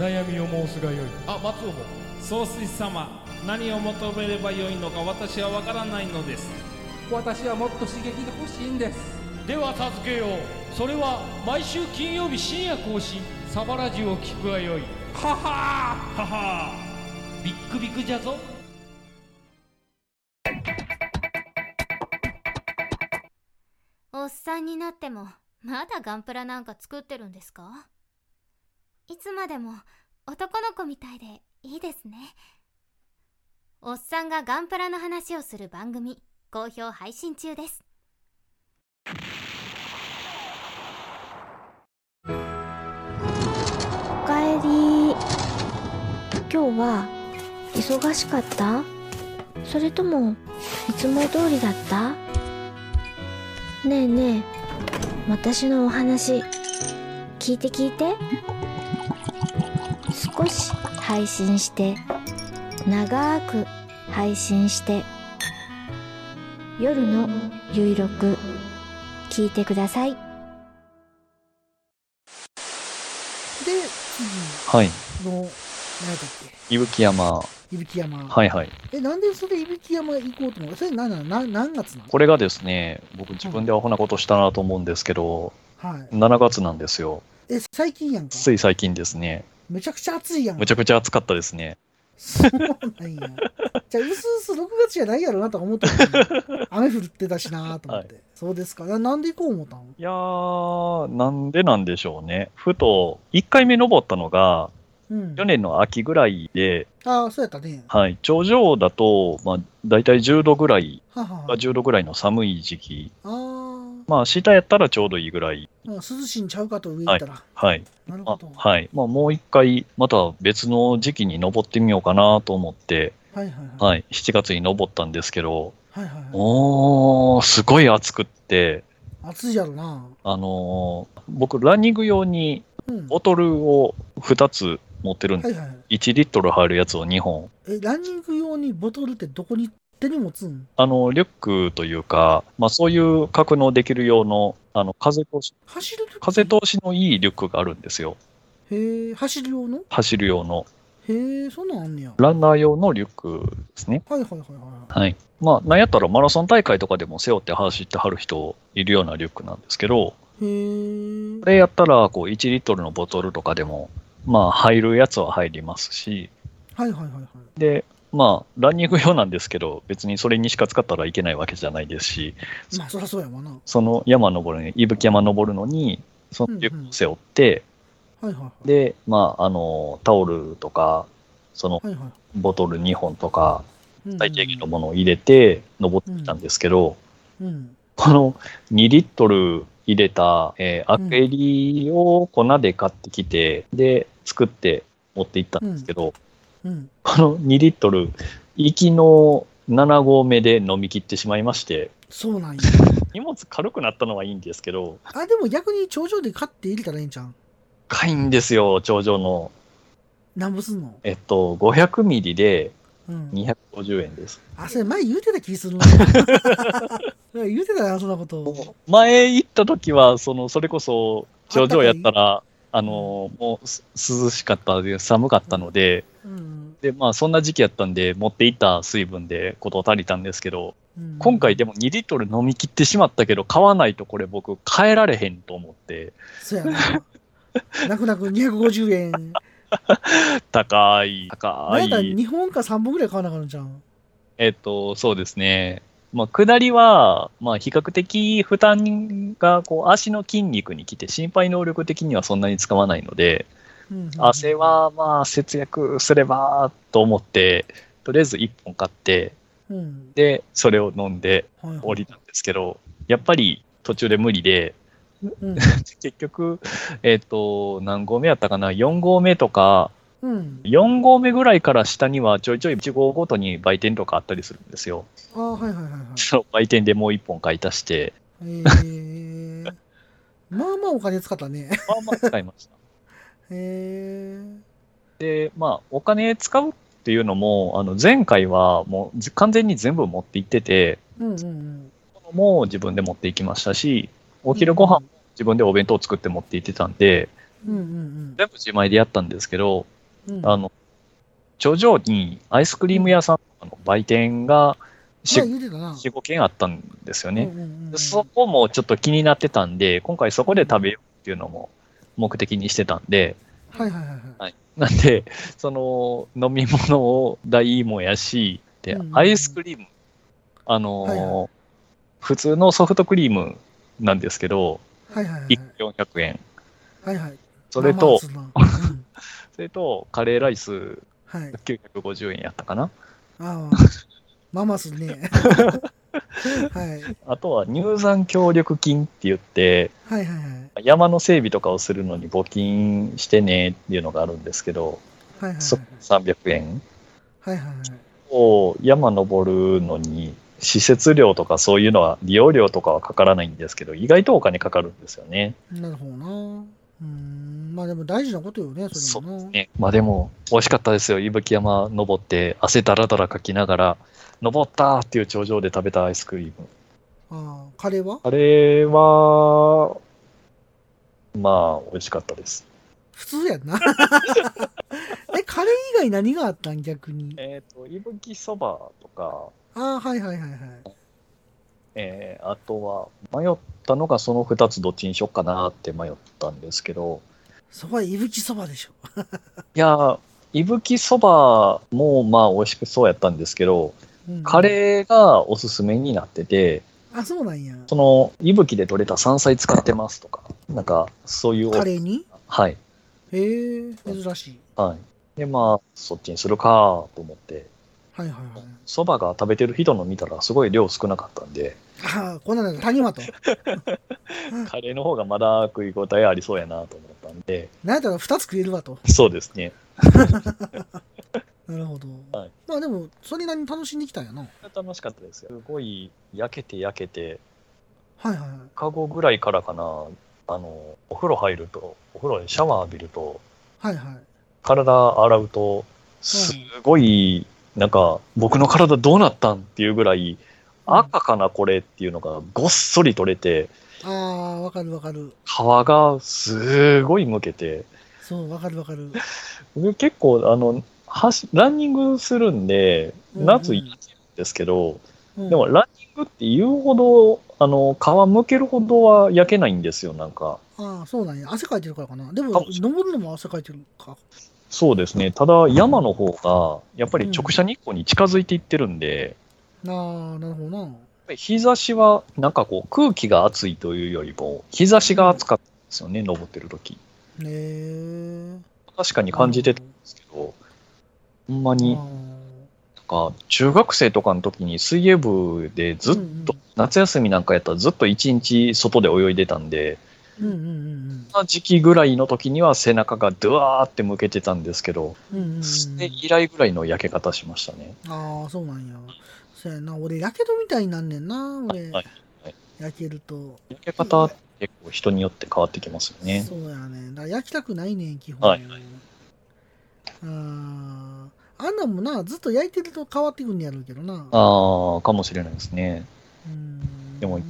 Speaker 3: 悩みを申すがよいあ松尾も
Speaker 4: 総帥様何を求めればよいのか私は分からないのです
Speaker 5: 私はもっと刺激が欲しいんです
Speaker 3: では授けようそれは毎週金曜日深夜更新サバラジュを聞くがよいははーははービックビックじゃぞ
Speaker 6: おっさんになってもまだガンプラなんか作ってるんですかいつまでも男の子みたいでいいですねおっさんがガンプラの話をする番組好評配信中です
Speaker 7: おかえり今日は忙しかったそれともいつも通りだったねえねえ私のお話聞いて聞いて少し配信して長く配信して夜のゆいろく聞いてください
Speaker 1: で、
Speaker 2: はい
Speaker 1: 次の何やったっ
Speaker 2: 伊吹山。
Speaker 1: けいびき山。
Speaker 2: はいはい。
Speaker 1: え、なんでそれいびき山行こうと思うそれ何なのな何月なの
Speaker 2: これがですね、僕自分でアホなことしたなと思うんですけど、
Speaker 1: はい。
Speaker 2: 7月なんですよ。
Speaker 1: え、最近やんか。
Speaker 2: つい最近ですね。
Speaker 1: めちゃくちゃ暑いやん。
Speaker 2: むちゃくちゃ暑かったですね。
Speaker 1: そうなん や。じゃあ、うすうす6月じゃないやろなとは思ったけど、 雨降ってたしなと思って。そうですか。ななんで行こう思ったの
Speaker 2: いやー、なんでなんでしょうね。ふと、1回目登ったのが、
Speaker 1: うん
Speaker 2: 去。年の秋ぐらいで、
Speaker 1: ああ、そうやったね。
Speaker 2: はい、頂上だと、まあ、大体10度ぐらい、
Speaker 1: ははは。
Speaker 2: 10度ぐらいの寒い時期。
Speaker 1: あー
Speaker 2: まあ、下やったらちょうどいいぐらい。
Speaker 1: うん涼しいんちゃうかと上行ったら。
Speaker 2: はい。
Speaker 1: なるほ
Speaker 2: あ
Speaker 1: ど。は
Speaker 2: はい。まあ、もう一回、また別の時期に登ってみようかなと思って、
Speaker 1: いはいはい。はい
Speaker 2: はい、7月に登ったんですけど、
Speaker 1: はいはい。
Speaker 2: おー、すごい暑くって、
Speaker 1: 暑いやろな。
Speaker 2: あのー僕、ランニング用に
Speaker 1: うん。は
Speaker 2: ボトルを2つ持ってるんで、
Speaker 1: いはい。
Speaker 2: 1リットル入るやつを2本。
Speaker 1: え、ランニング用にボトルってどこに手に持つん
Speaker 2: あの、リュックというか、まあ、そういう格納できる用の、あの、風通し、
Speaker 1: 走るとき
Speaker 2: 風通しのいいリュックがあるんですよ。
Speaker 1: へえ、走る用の
Speaker 2: 走る用の。
Speaker 1: へえ、そんなんあんねや。はい
Speaker 2: ランナー用のリュックですね。
Speaker 1: はいはいは
Speaker 2: はい。まあ、なんやったらマラソン大会とかでも背負って走ってはる人いるようなリュックなんですけど、
Speaker 1: い。へえ
Speaker 2: こ。れやったら、こう、1リットルのボトルとかでも、まあ、入るやつは入りますし、
Speaker 1: はいはいはいはい。
Speaker 2: で、まあ、ランニング用なんですけど、別にそれにしか使ったらいけないわけじゃないですし、
Speaker 1: まあ、そりゃそうやわな。は
Speaker 2: その山登るのに、伊吹山登るのに、そのリュックを背負って、
Speaker 1: いはいはい。
Speaker 2: で、まあ、あの、タオルとか、その
Speaker 1: はいはい
Speaker 2: ボトル2本とか、
Speaker 1: うんうん。
Speaker 2: 最低限のものを入れて登ってきたんですけど、
Speaker 1: うん。
Speaker 2: この2リットル入れた、えーアクエリを粉で買ってきて、で、作って持っていったんですけど、
Speaker 1: うん。
Speaker 2: この2リットル、行きの7合目で飲み切ってしまいまして、
Speaker 1: そう なんや。
Speaker 2: 荷物軽くなったのはいいんですけど、
Speaker 1: あ、でも逆に頂上で買って入れたらいいんじゃん。
Speaker 2: 高いんですよ、頂上の。
Speaker 1: なんぼすんの
Speaker 2: えっと、500ミリで
Speaker 1: うん。
Speaker 2: 250円です。
Speaker 1: あ、それ前言うてた気す るな。 それ言うてたな、そんなこと。
Speaker 2: 前行った時は、その、それこそ、頂上やったら、あの、もうす涼しかったで、寒かったので、
Speaker 1: うん。
Speaker 2: で、まあ、そんな時期やったんで、持っていった水分でこと足りたんですけど、
Speaker 1: うん
Speaker 2: 今回でも2リットル飲み切ってしまったけど、買わないとこれ僕、変えられへんと思って、
Speaker 1: そうやな。 泣く泣く250円。
Speaker 2: 高い、
Speaker 1: な
Speaker 2: 高
Speaker 1: んやったら
Speaker 2: い。
Speaker 1: 2本か3本ぐらい買わなあかったじゃん。
Speaker 2: えっと、そうですね。まあ、下りは、まあ、比較的負担が、こう、足の筋肉に来て、心肺能力的にはそんなに使わないので、
Speaker 1: うんうんうん
Speaker 2: 汗。はまあ節約すればと思って、とりあえず1本買って、
Speaker 1: うん。
Speaker 2: で、それを飲んで
Speaker 1: はいはい
Speaker 2: 降りたんですけど、やっぱり途中で無理で、
Speaker 1: うん。
Speaker 2: 結局、えっ、と、何合目やったかな、4合目とか、
Speaker 1: うん。
Speaker 2: 4合目ぐ らいから下にはちょいちょい1合ごとに売店とかあったりするんですよ。
Speaker 1: ああ、はいはいはいはい。
Speaker 2: その売店でもう1本買い足して、
Speaker 1: えー、まあまあお金使ったね。
Speaker 2: まあまあ使いました。
Speaker 1: えー、
Speaker 2: で、まあ、お金使うっていうのも、あの、前回はもう完全に全部持って行ってて、
Speaker 1: うんうんうん。
Speaker 2: も自分で持っていきましたし、お昼ご飯も自分でお弁当を作って持って行ってたんで、
Speaker 1: うんうん
Speaker 2: 全部自前でやったんですけど、
Speaker 1: うん。うん
Speaker 2: あの、頂上にアイスクリーム屋さんとかの売店が
Speaker 1: まあ
Speaker 2: 4、
Speaker 1: 言うてたな。
Speaker 2: 5軒あったんですよ
Speaker 1: うん
Speaker 2: ね。
Speaker 1: うんうんうん
Speaker 2: そこもちょっと気になってたんで、今回そこで食べようっていうのも目的にしてたんで、
Speaker 1: はいはいはいはい。
Speaker 2: なんで、その飲み物を大もやし、で
Speaker 1: うんうんう、ん
Speaker 2: アイスクリーム、あのー
Speaker 1: はいは
Speaker 2: 普通のソフトクリームなんですけど、
Speaker 1: はいはいはい。
Speaker 2: 400円。
Speaker 1: はいはい。
Speaker 2: それ
Speaker 1: まあまあ
Speaker 2: と、
Speaker 1: するなうん
Speaker 2: それと、カレーライス
Speaker 1: はい。
Speaker 2: 950円やったかな。
Speaker 1: ああ。まあまあするね。はい。
Speaker 2: あとは、入山協力金って言って、
Speaker 1: はいはいはい。
Speaker 2: 山の整備とかをするのに募金してねっていうのがあるんですけど、
Speaker 1: はいはいはい。
Speaker 2: そ300円
Speaker 1: はいはいはい。
Speaker 2: を山登るのに、施設料とかそういうのは、利用料とかはかからないんですけど、意外とお金かかるんですよね。
Speaker 1: なるほどな。うーん。まあでも大事なことよね、それもな。
Speaker 2: ねまあでも、美味しかったですよ。伊吹山登って、汗だらだらかきながら、登ったっていう頂上で食べたアイスクリーム。
Speaker 1: ああ、カレーは
Speaker 2: あれは、まあ、美味しかったです。
Speaker 1: 普通やんな。え、カレー以外何があったん逆に。
Speaker 2: えっ、と、いぶきそばとか、
Speaker 1: ああ、はいはいはいはい。
Speaker 2: えーあとは、迷ったのがその2つどっちにしよっかなって迷ったんですけど、
Speaker 1: そば、いぶきそばでしょ。
Speaker 2: いやー、いぶきそばもまあ美味しくそうやったんですけど、
Speaker 1: うん
Speaker 2: カレーがおすすめになってて、
Speaker 1: あ、そうなんや。
Speaker 2: その、いぶきで採れた山菜使ってますとか、なんか、そういう、
Speaker 1: カレーに
Speaker 2: はい、
Speaker 1: へえ、珍しい。
Speaker 2: はい。で、まあ、そっちにするかと思って、
Speaker 1: はいはいはい。
Speaker 2: そばが食べてる人の見たらすごい量少なかったんで、
Speaker 1: ああ、こんなの谷間 と。
Speaker 2: カレーの方がまだ食い応えありそうやなと思ったんで、
Speaker 1: なんやったら2つ食えるわと。
Speaker 2: そうですね。
Speaker 1: なるほど。
Speaker 2: はい
Speaker 1: まあでも、それなりに楽しんできたんやな。はい
Speaker 2: 楽しかったですよ。すごい焼けて焼けて、
Speaker 1: はいはい。
Speaker 2: カゴぐらいからかな、あの、お風呂入ると、お風呂でシャワー浴びると、
Speaker 1: はいはい。
Speaker 2: 体洗うと、すごい、なんか、僕の体どうなったんっていうぐらい、赤かなこれっていうのがごっそり取れて、
Speaker 1: ああ、わかるわかる。
Speaker 2: 皮がすごいむけて、
Speaker 1: そう、わかるわかる。
Speaker 2: 僕結構、あの、走ランニングするんで、夏
Speaker 1: うんう
Speaker 2: やっ
Speaker 1: ん
Speaker 2: てるんですけど、
Speaker 1: うん
Speaker 2: でもランニングって言うほど、あの、皮むけるほどは焼けないんですよ、なんか。
Speaker 1: ああ、そうなんや。汗かいてるからかな。で
Speaker 2: か
Speaker 1: も
Speaker 2: も、しれ
Speaker 1: 登るのも汗かいてるか。
Speaker 2: そうですね。ただ、山の方が、やっぱり直射日光に近づいていってるんで、
Speaker 1: なあ、なるほどな。
Speaker 2: やっぱり日差しは、なんかこう、空気が暑いというよりも、日差しが暑かったんですよね、登ってる時
Speaker 1: ねえ。
Speaker 2: 確かに感じてたんですけど、ほんまに、なんか、中学生とかの時に水泳部でずっと、夏休みなんかやったらずっと一日外で泳いでたんで、
Speaker 1: うんうんうん
Speaker 2: そんな時期ぐらいの時には背中がドゥワーって向けてたんですけど、
Speaker 1: うんうんうんうんうん。
Speaker 2: それ以来ぐらいの焼け方しましたね。
Speaker 1: ああ、そうなんや。そうやな。俺、やけどみたいになんねんな。俺、
Speaker 2: はい
Speaker 1: 焼けると。
Speaker 2: 焼け方って結構人によって変わってきますよね。
Speaker 1: そうやね。だから焼きたくないねん、基本。
Speaker 2: はいは
Speaker 1: あーあんなんもな、ずっと焼いてると変わってくんねやろうけどな。
Speaker 2: ああ、かもしれないですね。
Speaker 1: うん
Speaker 2: でも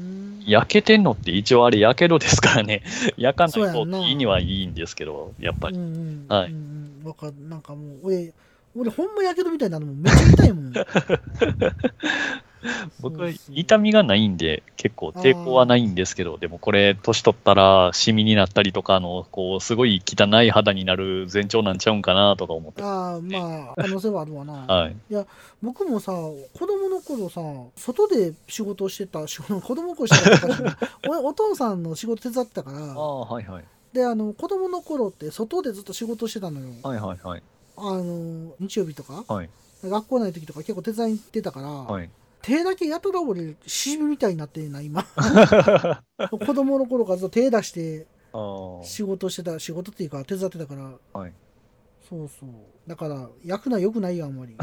Speaker 2: 焼けてんのって一応あれ、やけどですからね。 焼かない
Speaker 1: そう
Speaker 2: と
Speaker 1: やんない
Speaker 2: いにはいいんですけど、やっぱり。
Speaker 1: うんうん、
Speaker 2: はい
Speaker 1: うんうん、わかるなんかもう俺俺ほんまやけどみたいになるのもんめっちゃ痛い もん
Speaker 2: 僕
Speaker 1: そうそう、
Speaker 2: 痛みがないんで、結構抵抗はないんですけど、でもこれ、年取ったら、シミになったりとか、あの、こう、すごい汚い肌になる前兆なんちゃうんかなとか思って。
Speaker 1: ああまあ可能性はあるわな、
Speaker 2: はい。
Speaker 1: 僕もさ子供の頃さ外で仕事をして た仕事子供の頃してたから 俺お父さんの仕事手伝ってたから
Speaker 2: ああ、はいはい。
Speaker 1: であの子供の頃って外でずっと仕事してたのよ
Speaker 2: はいはいはい。
Speaker 1: あの日曜日とか、
Speaker 2: はい
Speaker 1: 学校内の時とか結構手伝いに行ってたから、
Speaker 2: はい。
Speaker 1: 手だけやたら俺シミみたいになってんな 今子供の頃からずっと手出して
Speaker 2: あー
Speaker 1: 仕事してた仕事っていうか手伝ってたから、
Speaker 2: はい
Speaker 1: そうそうだから焼くのはよくないよあん まり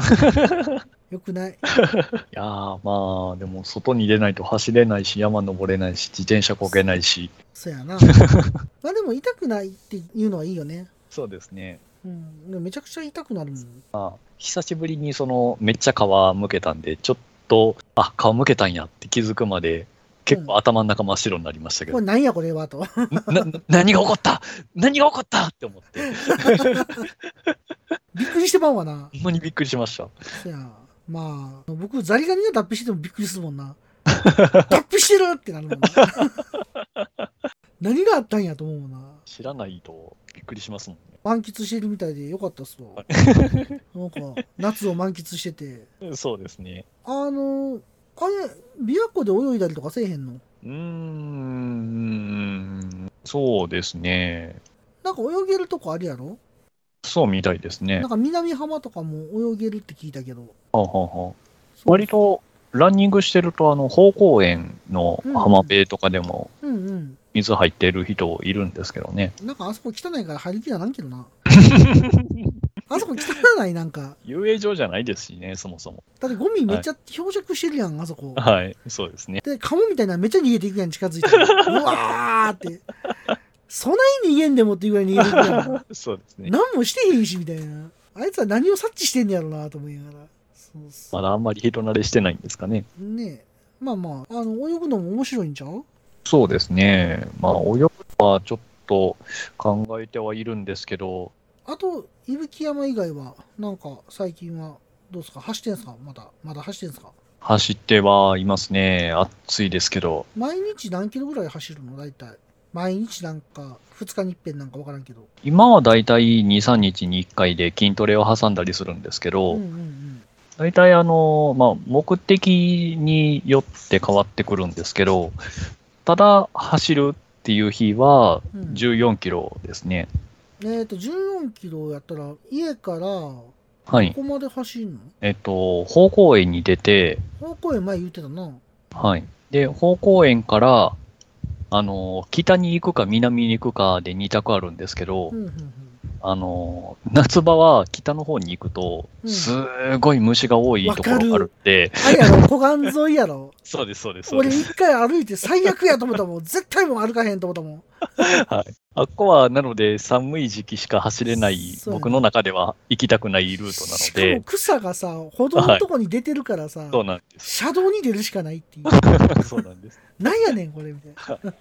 Speaker 1: よくない
Speaker 2: いやーまあ、でも外に出ないと走れないし、山登れないし、自転車こけないし。
Speaker 1: そやなまあでも痛くないっていうのはいいよね
Speaker 2: そうですね。
Speaker 1: うんでもめちゃくちゃ痛くなるもん
Speaker 2: 久しぶりにその、めっちゃ皮むけたんで、ちょっと、あ、皮むけたんやって気づくまで、結構頭の中真っ白になりましたけ
Speaker 1: こ
Speaker 2: ど、
Speaker 1: れなんやこれはと
Speaker 2: なな何が起こった何が起こったって思って、
Speaker 1: びっくりしてまうわな
Speaker 2: ほんまにびっくりしました。
Speaker 1: そやまあ僕ザリガニが脱皮しててもびっくりするもんな脱皮してるってなるもんな 何があったんやと思うもんな
Speaker 2: 知らないとびっくりしますもんね。
Speaker 1: 満喫してるみたいでよかったっすわなんか夏を満喫してて
Speaker 2: そうですね。
Speaker 1: あの、あれ、琵琶湖で泳いだりとかせえへんの
Speaker 2: うーん、そうですね。
Speaker 1: なんか泳げるとこあるやろ
Speaker 2: そうみたいですね
Speaker 1: なん。か南浜とかも泳げるって聞いたけど。
Speaker 2: はあはあはあ
Speaker 1: そう
Speaker 2: 割。とランニングしてると、あの、方向園の浜辺とかでも
Speaker 1: うんうん。
Speaker 2: 水入ってる人いるんですけどね。
Speaker 1: なんかあそこ汚いから入りきらなんけど な。あそこ汚ないなんか。
Speaker 2: 遊泳場じゃないですしね、そもそも。
Speaker 1: だってゴミめっちゃ漂着してるやん、あそこ。
Speaker 2: はい、そうですね。
Speaker 1: で、カモみたいなのめっちゃ逃げていくやん、近 づいて。うわーって。そない逃げんでもっていうぐらい逃げていく やん。
Speaker 2: そうですね。
Speaker 1: 何もしてへんし、みたいな。あいつは何を察知してんねやろなと思いながら。そうそう
Speaker 2: まだあんまり人慣れしてないんですかね。
Speaker 1: ねえまあまああの泳ぐのも面白いんちゃう
Speaker 2: そうですね。まあ、泳ぐのはちょっと考えてはいるんですけど、
Speaker 1: あと、伊吹山以外は、なんか最近はどうですか走ってんすかまだ、まだ走ってんすか
Speaker 2: 走ってはいますね。暑いですけど。
Speaker 1: 毎日何キロぐらい走るの大体。毎日なんか、2日に一遍なんかわからんけど。
Speaker 2: 今はだいたい2、3日に1回で筋トレを挟んだりするんですけ
Speaker 1: う
Speaker 2: ど、
Speaker 1: んうんうん。
Speaker 2: 大体あの、まあ、目的によって変わってくるんですけど、ただ走るっていう日は
Speaker 1: うん
Speaker 2: 14キロですね。
Speaker 1: えっと、14キロやったら、家から、こ
Speaker 2: はい。
Speaker 1: こまで走んの
Speaker 2: えっと、方向園に出て、
Speaker 1: 方向へ前言ってたな。
Speaker 2: はい。で、方向園から、あの、北に行くか南に行くかで2択あるんですけど、
Speaker 1: うんうんうん。
Speaker 2: あの、夏場は北の方に行くと、
Speaker 1: うん
Speaker 2: すごい虫が多いところがあるって、
Speaker 1: あれやろ、湖岸沿いやろ。
Speaker 2: そうです、そうです、そう
Speaker 1: 俺
Speaker 2: です。
Speaker 1: 一回歩いて最悪やと思ったもん。絶対もう歩かへんと思ったもん。
Speaker 2: あっこは、なので、寒い時期しか走れない、
Speaker 1: そうやね
Speaker 2: 僕の中では行きたくないルートな
Speaker 1: し
Speaker 2: の
Speaker 1: かも
Speaker 2: で、
Speaker 1: 草がさ、歩道のとこに出てるからさ、
Speaker 2: そうなんです。
Speaker 1: 車道に出るしかないっていう。
Speaker 2: そうなんです。
Speaker 1: なんやねん、これ、みたいな。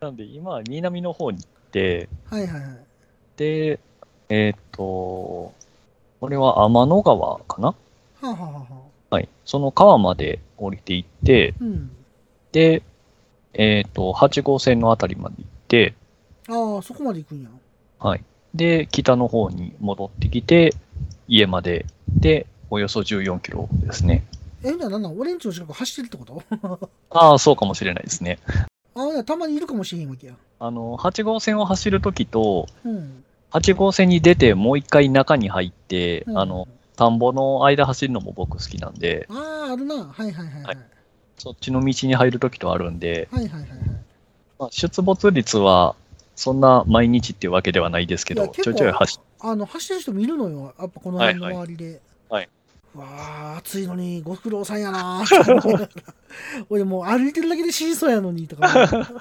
Speaker 2: なんで、今、南の方に行って、
Speaker 1: はいはいはい。
Speaker 2: で、えーっと、これは天の川かな
Speaker 1: はあ、はあはあはあ、
Speaker 2: はい。その川まで降りて行って、
Speaker 1: うん。
Speaker 2: で、えーっと、8号線のあたりまで行って、
Speaker 1: ああ、そこまで行くんや。
Speaker 2: はい。で、北の方に戻ってきて、家まで、で、およそ14キロですね。
Speaker 1: え、じゃあなんなん俺んちの近く走ってるってこと
Speaker 2: ああ、そうかもしれないですね。
Speaker 1: ああ、いやたまにいるかもしれへんわけや。
Speaker 2: あの、8号線を走るときと、
Speaker 1: うん。
Speaker 2: 8号線に出て、もう一回中に入って、
Speaker 1: うん
Speaker 2: あの、田んぼの間走るのも僕好きなんで、
Speaker 1: ああ、あるな。はいはいはいはい。
Speaker 2: はいそっちの道に入るときとあるんで、
Speaker 1: はいはいはいはい。
Speaker 2: まあ、出没率は、そんな毎日っていうわけではないですけ
Speaker 1: い
Speaker 2: ど、
Speaker 1: や結
Speaker 2: ち
Speaker 1: 構
Speaker 2: ょいちょい走っ
Speaker 1: あの、走ってる人見るのよ。やっぱこの辺の
Speaker 2: はいは
Speaker 1: 周りで。
Speaker 2: はい。
Speaker 1: わあ、暑いのにご苦労さんやなー 俺もう歩いてるだけで死にそうやのにとか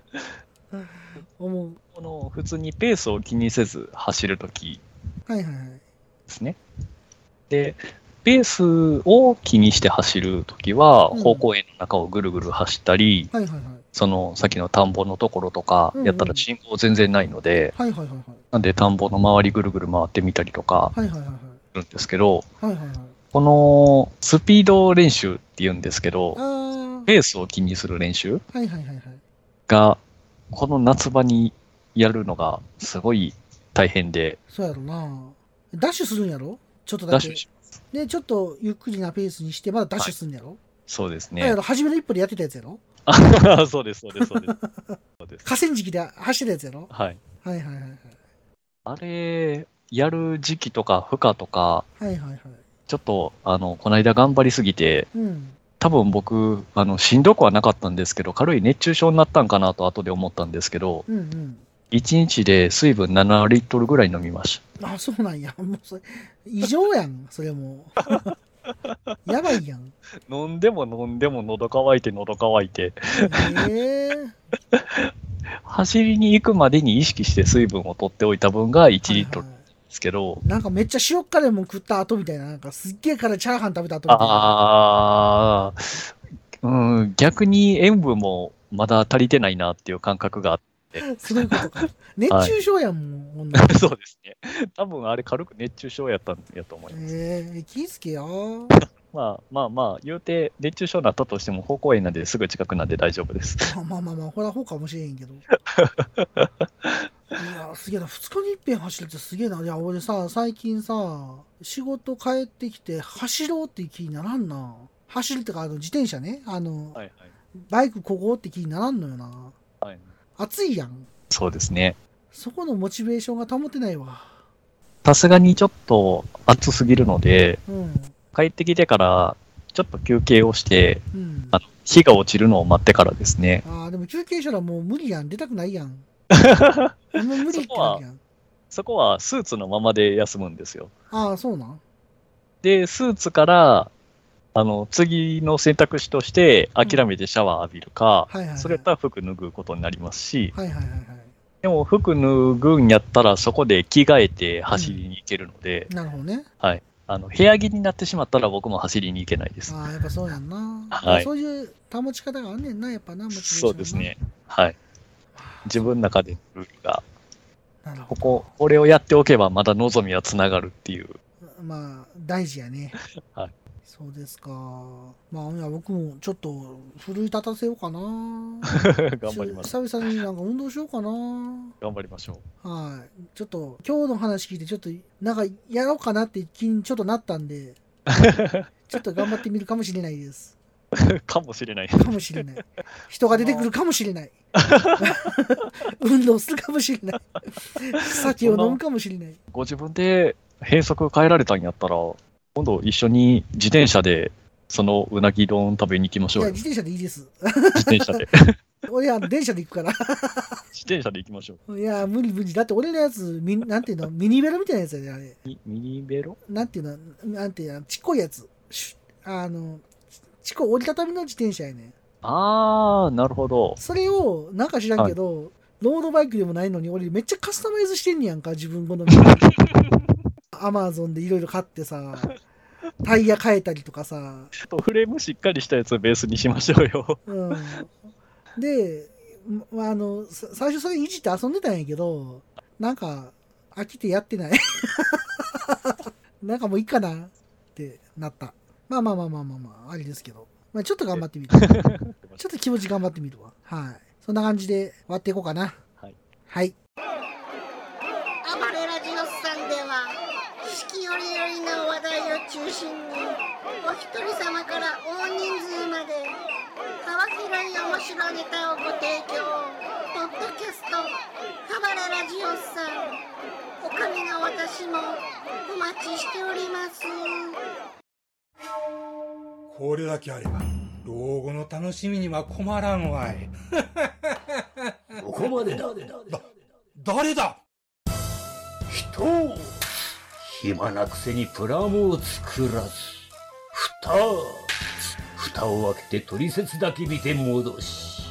Speaker 1: 思う思
Speaker 2: この普通にペースを気にせず走るとき
Speaker 1: う。はいはいはい。
Speaker 2: ですね。で、ペースを気にして走るときは、
Speaker 1: うん
Speaker 2: 方向園の中をぐるぐる走ったり、
Speaker 1: はいはいはい。
Speaker 2: そのさっきの田んぼのところとか
Speaker 1: うんうん
Speaker 2: やったら信号全然ないので、
Speaker 1: はいはいはいはい。
Speaker 2: なんで田んぼの周りぐるぐる回ってみたりとか
Speaker 1: はいはいはいはい。
Speaker 2: するんですけど、
Speaker 1: はいはいはい。
Speaker 2: このスピード練習って言うんですけど、
Speaker 1: あ
Speaker 2: ペースを気にする練習
Speaker 1: あ、はいはいはいはい。
Speaker 2: が、この夏場にやるのがすごい大変で、
Speaker 1: そうやろな。ダッシュするんやろちょっと
Speaker 2: ダ
Speaker 1: だ
Speaker 2: ッシ
Speaker 1: け
Speaker 2: ュ。します。
Speaker 1: で、ちょっとゆっくりなペースにして、まだダッシュするんやろ、
Speaker 2: そうです
Speaker 1: あれや
Speaker 2: ね。
Speaker 1: ろ初めの一歩でやってたやつやろ
Speaker 2: そうです、そうです、そうです。そうです
Speaker 1: 河川敷で走ってたやつやろ
Speaker 2: はい。
Speaker 1: はいはいはいはい。
Speaker 2: あれ、やる時期とか負荷とか、
Speaker 1: はいはいはい。
Speaker 2: ちょっと、あの、この間頑張りすぎて、
Speaker 1: うん。
Speaker 2: 多分僕、あの、しんどくはなかったんですけど、軽い熱中症になったんかなと後で思ったんですけど、
Speaker 1: うんうん。
Speaker 2: 1日で水分7リットルぐらい飲みまし
Speaker 1: あ、そうなんや。 もうそれ、異常やん、それも う。やばいやん。
Speaker 2: た。飲んでも飲んでも喉乾いて喉乾いて、
Speaker 1: ええ
Speaker 2: 走りに行くまでに意識して水分を取っておいた分が1リット
Speaker 1: はい
Speaker 2: ルで
Speaker 1: はい
Speaker 2: すけど、
Speaker 1: なんかめっちゃ塩辛いもん食った後みたいな、なんかすっげえ辛いチャーハン食べた後みたいな。
Speaker 2: ああ、うん、逆に塩分もまだ足りてないなっていう感覚があっ
Speaker 1: そういう ことか。熱中症やん、もう。ほんなら
Speaker 2: て、 そうですね。多分あれ軽く熱中症やったんやと思います。
Speaker 1: ええ気ぃつけや。
Speaker 2: まあまあまあ、言うて熱中症になったとしても方向炎なんですぐ近くなんで大丈夫です。
Speaker 1: まあまあまあまあ、ほら、ほうかもしれへん けど。いや、すげえな。二日に一遍走るってすげえな。いや、俺さ、最近さ、仕事帰ってきて、走ろうっていう気にならんな。走るってか、あの、自転車ね。あの、
Speaker 2: はい
Speaker 1: バイクこごうって気にならんのよな。
Speaker 2: はい。はい、
Speaker 1: 暑いやん。
Speaker 2: そうですね。
Speaker 1: そこのモチベーションが保てないわ。
Speaker 2: さすがにちょっと暑すぎるので、
Speaker 1: うん。
Speaker 2: 帰ってきてからちょっと休憩をして、
Speaker 1: うん。
Speaker 2: あ日が落ちるのを待ってからですね。
Speaker 1: ああ、でも休憩したらもう無理やん。出たくないや ん。あんま無理ってなるやん。
Speaker 2: そこはスーツのままで休むんですよ。
Speaker 1: ああ、そうなん。
Speaker 2: で、スーツから、あの、次の選択肢として、諦めてシャワー浴びるか、
Speaker 1: はいはいはい
Speaker 2: それやったら服脱ぐことになりますし、
Speaker 1: はいはいはいは
Speaker 2: でも服脱ぐんやったら、そこで着替えて走りに行けるので、
Speaker 1: い。なるほどね。
Speaker 2: あの、部屋着になってしまったら僕も走りに行けないです。
Speaker 1: ああ、やっぱそうやんな。
Speaker 2: はい
Speaker 1: そういう保ち方があんねんな、やっぱな、モチベーションな
Speaker 2: そうですね。はい。自分の中でのルールが。
Speaker 1: なるほ
Speaker 2: ここ、これをやっておけばまだ望みはつながるっていう。
Speaker 1: ど。まあ、大事やね。
Speaker 2: はい
Speaker 1: そうですか。まあ、いや僕もちょっと奮い立たせようかな。
Speaker 2: 頑張りましょう。
Speaker 1: 久々になんか運動しようかな。
Speaker 2: 頑張りましょう。
Speaker 1: はい。ちょっと、今日の話聞いて、ちょっと、なんか、やろうかなって気にちょっとなったん で、ちょっと頑張ってみるかもしれないです。
Speaker 2: かもしれない。
Speaker 1: かもしれない。人が出てくるかもしれ ない。運動するかもしれない。酒を飲むかもしれない。
Speaker 2: ご自分で変則変えられたんやったら、今度一緒に自転車で、そのうなぎ丼食べに行きまし
Speaker 1: い
Speaker 2: ょう
Speaker 1: や、
Speaker 2: よ。
Speaker 1: 自転車でいいです。
Speaker 2: 自転車で。
Speaker 1: 俺、あの、電車で行くか
Speaker 2: 自転車で行きましょう。
Speaker 1: ら。いや、無理無理。だって俺のやつ、みなんていうの、ミニベロみたいなやつやね、あれ。
Speaker 2: ミミニベロ
Speaker 1: なんていうの、なんていうの、ちっこいやつ。シュあの、ちっこい折りたたみの自転車やね。
Speaker 2: あー、なるほど。
Speaker 1: それを、なんか知らんけど、ロードバイクでもないのに、俺めっちゃカスタマイズしてんねやんか、自分好み。アマゾンでいろいろ買ってさ、タイヤ変えたりとかさ。
Speaker 2: ちょっとフレームしっかりしたやつをベースにしましょう よ。
Speaker 1: うん。で、まあの、さ最初それいじって遊んでたんやけど、なんか、飽きてやってない。 なんかもういいかなってなった。まあまあまあまあまあまあ、ありですけど。まあちょっと頑張ってみる。ちょっと気持ち頑張ってみるわ。はい。そんな感じで終わっていこうかな。
Speaker 2: はい。
Speaker 1: はい。
Speaker 8: 暴れラジオスさんでは四季折々の話題を中心にお一人様から大人数まで幅広い面白ネタをご提供ポッドキャスト「暴れラジオスさん」おかみの私もお待ちしております。
Speaker 5: これだけあれば老後の楽しみには困らんわい
Speaker 9: ここまでだ
Speaker 5: 誰だ
Speaker 9: 人を暇なくせにプラモを作らず蓋蓋を開けて取説だけ見て戻し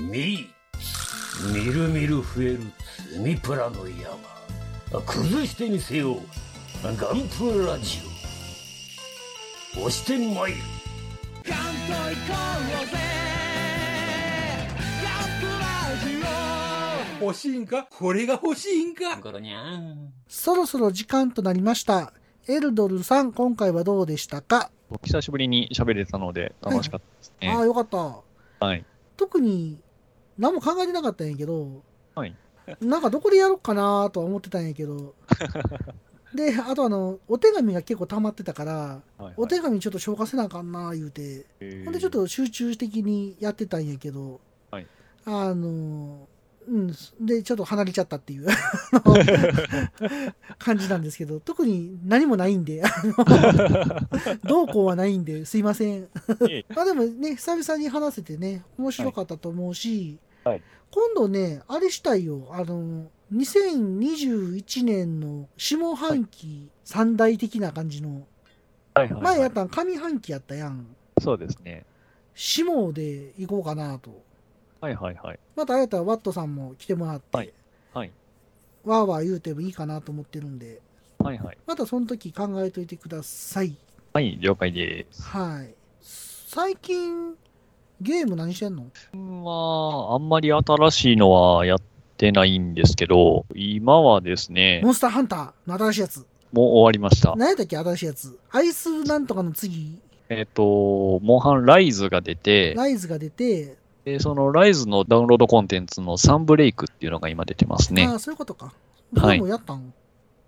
Speaker 9: 見みるみる増える積みプラの山崩してみせようガンプラジオ押してまいる
Speaker 5: 欲しいんかこれが欲しいんか
Speaker 9: ゴロニャン
Speaker 1: そろそろ時間となりました。エルドルさん、今回はどうでしたか、
Speaker 2: 久しぶりに喋れたので楽しかったですね。
Speaker 1: ああ、よかった。
Speaker 2: はい。
Speaker 1: 特に何も考えてなかったんやけど、
Speaker 2: はい
Speaker 1: なんかどこでやろうかなとは思ってたんやけ どであとあのお手紙が結構溜まってたから、
Speaker 2: はいはい
Speaker 1: お手紙ちょっと消化せなあかんな言うて
Speaker 2: えー
Speaker 1: ほんでちょっと集中的にやってたんやけど、
Speaker 2: はい
Speaker 1: あのうんでちょっと離れちゃった っていうあの感じなんですけど特に何もないんであの どうこうはないんですいません
Speaker 2: いえい
Speaker 1: まあでもね、久々に話せてね、面白かったと思うし、
Speaker 2: はい
Speaker 1: 今度ね、あれしたいよ、あの、2021年の下半期三大的な感じの、
Speaker 2: はいはいはい
Speaker 1: 前やったん上半期やったやん。
Speaker 2: そうですね。
Speaker 1: 下で行こうかなと。
Speaker 2: はいはいはい。
Speaker 1: またあれやったらワットさんも来てもらって、
Speaker 2: はいはい
Speaker 1: わーわー言うてもいいかなと思ってるんで、
Speaker 2: はいはい。
Speaker 1: またその時考えといてください。
Speaker 2: はい、了解です。
Speaker 1: はい。最近、ゲーム何してんの
Speaker 2: まあ、あんまり新しいのはやってないんですけど、今はですね
Speaker 1: モ、ンスターハンターの新しいやつ。
Speaker 2: もう終わりました。
Speaker 1: 何やったっけ新しいやつ。アイスなんとかの次、
Speaker 2: えっ、と、モンハンライズが出て、
Speaker 1: ライズが出て、
Speaker 2: でそのライズのダウンロードコンテンツのサンブレイクっていうのが今出てますね
Speaker 1: あ。あ、そういうことか。
Speaker 2: はい
Speaker 1: もやったん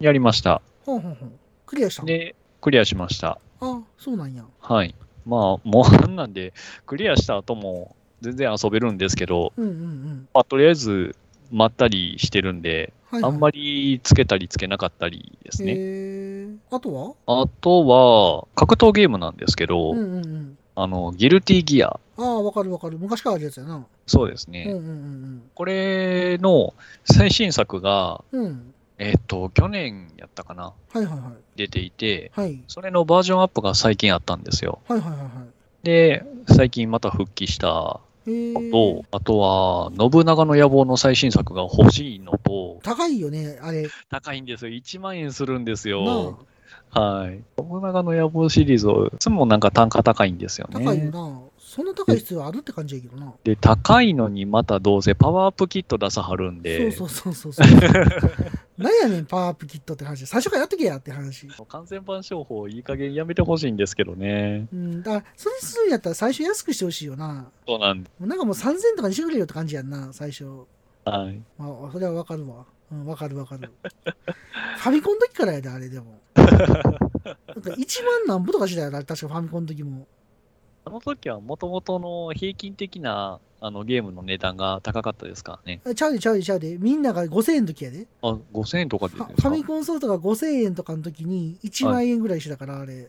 Speaker 2: やりました。
Speaker 1: ほんほんほん。クリアしたん
Speaker 2: で、クリアしました。
Speaker 1: あそうなんや。
Speaker 2: はい。まあ、モンハンなんで、クリアした後も全然遊べるんですけど、
Speaker 1: うんうんうん。
Speaker 2: まあ、とりあえず、まったりしてるんで、
Speaker 1: はい、
Speaker 2: あんま
Speaker 1: り
Speaker 2: りつけたりつけなかったりですね。
Speaker 1: へえ。あとは
Speaker 2: あとは、格闘ゲームなんですけど、
Speaker 1: うんうんうん。
Speaker 2: あの、ギルティギア。
Speaker 1: ああ、わかるわかる。昔からあるやつやな。
Speaker 2: そうです
Speaker 1: う
Speaker 2: ね。
Speaker 1: んうんうん
Speaker 2: これの最新作が、
Speaker 1: うん。うん。
Speaker 2: えっ、と、去年やったかな
Speaker 1: はいはいはい。
Speaker 2: 出ていて、
Speaker 1: はい。
Speaker 2: それのバージョンアップが最近あったんですよ。
Speaker 1: はいはいはいは
Speaker 2: で、最近また復帰した
Speaker 1: い。へ
Speaker 2: の
Speaker 1: え。
Speaker 2: と、あとは、信長の野望の最新作が欲しいのと、
Speaker 1: 高いよね、あれ。な
Speaker 2: 高いんですよ。1万円するんです
Speaker 1: あ
Speaker 2: よ。はい。信長の野望シリーズを、いつもなんか単価高いんですよね。
Speaker 1: 高いよな。そんな高い必要あるって感じやけどな。
Speaker 2: で、高いのにまたどうせパワーアップキット出さはるんで、
Speaker 1: そうそうそう そうそう。なんやねん、パワーアップキットって話。最初からやっとけやって話。
Speaker 2: 完全版商法いい加減やめてほしいんですけどね。
Speaker 1: うん、だから、それするんやったら最初安くしてほしいよな。
Speaker 2: そうなんで
Speaker 1: もうなんかもう3000とかにしてくれよって感じやんな、最初。
Speaker 2: はい。
Speaker 1: まあ、それはわかるわ。うん、わかるわかる。ファミコンの時からやで、あれでも。なんか1万なんぼとかしてたよな、確かファミコンの時も。
Speaker 2: あの時はもともとの平均的なあのゲームの値段が高かったですからね。
Speaker 1: あちゃうでちゃうでちゃうで、みんなが5000円の時やで。
Speaker 2: あ、5000円とかで
Speaker 1: フ
Speaker 2: です
Speaker 1: ァ
Speaker 2: か
Speaker 1: ファミコンソフトが5000円とかの時に1万円ぐらいしてたから、あれ。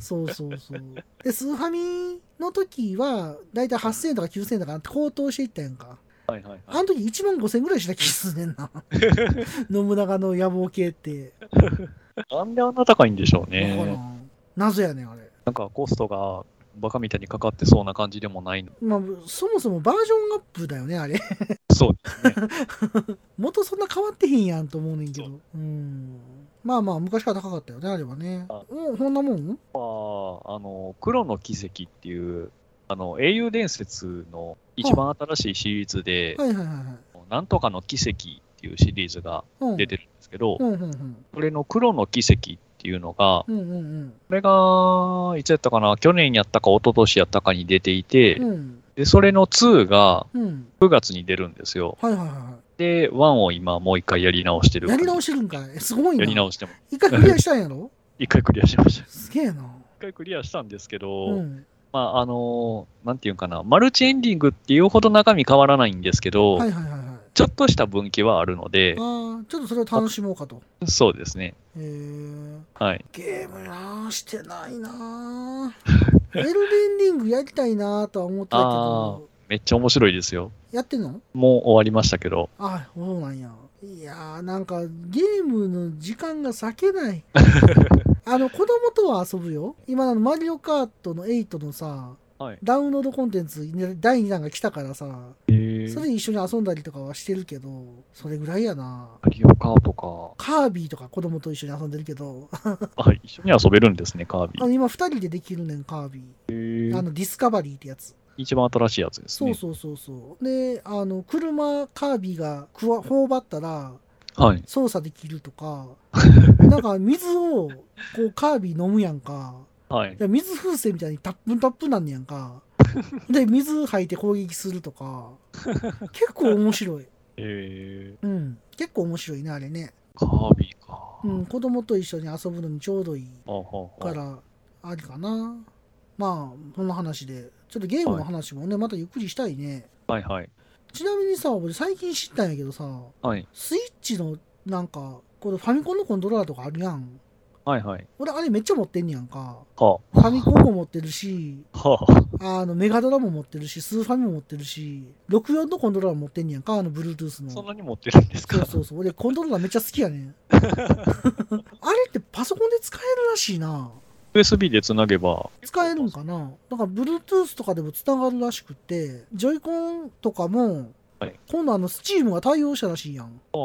Speaker 1: そうそうそう。で、スーファミの時は、だいたい8000円とか9000円とかなって高騰していったやんか。
Speaker 2: はいはい
Speaker 1: あ
Speaker 2: は
Speaker 1: の。
Speaker 2: い
Speaker 1: 時1万5000円ぐらいした気すんねん な。信長の野望系って。
Speaker 2: なんであんな高いんでしょう
Speaker 1: わから
Speaker 2: ね。
Speaker 1: ん。謎やねん、あれ。
Speaker 2: なんかコストがバカみたいにかかってそうな感じでもないの。
Speaker 1: まあ、そもそもバージョンアップだよね、あれ。
Speaker 2: そうですね。
Speaker 1: 元そんな変わってへんやんと思うねんけ
Speaker 2: そ
Speaker 1: ど。うん。まあまあ、昔から高かったよね、あれはね。
Speaker 2: あ
Speaker 1: もう、こんなもん
Speaker 2: まあ、あの、黒の奇跡っていう、あの、英雄伝説の一番新しいシリーズで、
Speaker 1: はいはいはいはい。
Speaker 2: なんとかの奇跡っていうシリーズが
Speaker 1: うん。
Speaker 2: 出てるんですけど、
Speaker 1: うんうんうん。
Speaker 2: これの黒の奇跡っていうのが、
Speaker 1: うんうん
Speaker 2: これが、いつやったかな、去年やったか一昨年やったかに出ていて、
Speaker 1: うん。うん。
Speaker 2: で、それの2が
Speaker 1: うん。
Speaker 2: 9月に出るんですよ。
Speaker 1: はいはいはいは
Speaker 2: で、1を今もう一回やり直してる
Speaker 1: い。やり直してるんかい。すごいな。
Speaker 2: やり直しても。
Speaker 1: 一回クリアしたんやろ
Speaker 2: 一回クリアしました。
Speaker 1: すげえな。
Speaker 2: 一回クリアしたんですけど、
Speaker 1: うん。
Speaker 2: まあ、あのーなんていうんかな、マルチエンディングっていうほど中身変わらないんですけど、
Speaker 1: はいはいはいはい。
Speaker 2: ちょっとした分岐はあるので
Speaker 1: あ、あ、ちょっとそれを楽しもうかと。
Speaker 2: そうですね。
Speaker 1: へえ。
Speaker 2: はい。
Speaker 1: ゲームなあしてない なあエルデンリングやりたいなあとは思ってたけ
Speaker 2: あ
Speaker 1: ど、
Speaker 2: めっちゃ面白いですよ。
Speaker 1: やってんの
Speaker 2: もう終わりましたけど、
Speaker 1: あそうなんや。いやーなんかゲームの時間が割け ない。あの子供とは遊ぶよ。今あのマリオカートの8のさ、
Speaker 2: はい
Speaker 1: ダウンロードコンテンツね第2弾が来たからさ、それ一緒に遊んだりとかはしてるけど、それぐらいやな。
Speaker 2: マリオカートか。
Speaker 1: カービィとか子供と一緒に遊んでるけど、あ
Speaker 2: あ、一緒に遊べるんですね、カービィ。
Speaker 1: の今2人でできるねん、カービィ。あのディスカバリーってやつ。
Speaker 2: 一番新しいやつです
Speaker 1: そう
Speaker 2: ね。
Speaker 1: そうそうそう。で、あの、車、カービィがくわ頬張ったら
Speaker 2: はい。
Speaker 1: 操作できるとか、なんか水をこうカービィ飲むやんか。
Speaker 2: はい。
Speaker 1: で水風船みたいにタップンタップンなんねやんか。で、水吐いて攻撃するとか。結構面白い。
Speaker 2: え
Speaker 1: うん。結構面白いね、あれね。
Speaker 2: ー、カービィか。
Speaker 1: うん、子供と一緒に遊ぶのにちょうどいい
Speaker 2: あはあ
Speaker 1: か
Speaker 2: はあ
Speaker 1: ら、ありかな。まあ、そんな話で。ちょっとゲームの話もね、またゆっくりしたいね。
Speaker 2: はいはい。
Speaker 1: ちなみにさ、俺最近知ったんやけどさ、
Speaker 2: はい。
Speaker 1: スイッチのなんか、これファミコンのコントローラーとかあるやん。
Speaker 2: はいはい。
Speaker 1: 俺あれめっちゃ持ってんねやんか。
Speaker 2: は
Speaker 1: ファミコンも持ってるし、
Speaker 2: あ。はあ。
Speaker 1: あの、メガドラも持ってるし、スーファミも持ってるし、64のコントローラーも持ってんねやんか、あの、Bluetooth の。
Speaker 2: そん
Speaker 1: そ
Speaker 2: なに持ってるんです
Speaker 1: う
Speaker 2: か
Speaker 1: そうそう。俺コントローラーめっちゃ好きやね ん。あれってパソコンで使えるらしいな。
Speaker 2: ?USB でつなげば。
Speaker 1: 使えるんかななんか Bluetooth とかでもつながるらしくて、ジョイコンとかも
Speaker 2: はい、
Speaker 1: 今度あの、Steam が対応したらしいやん。
Speaker 2: はあはあ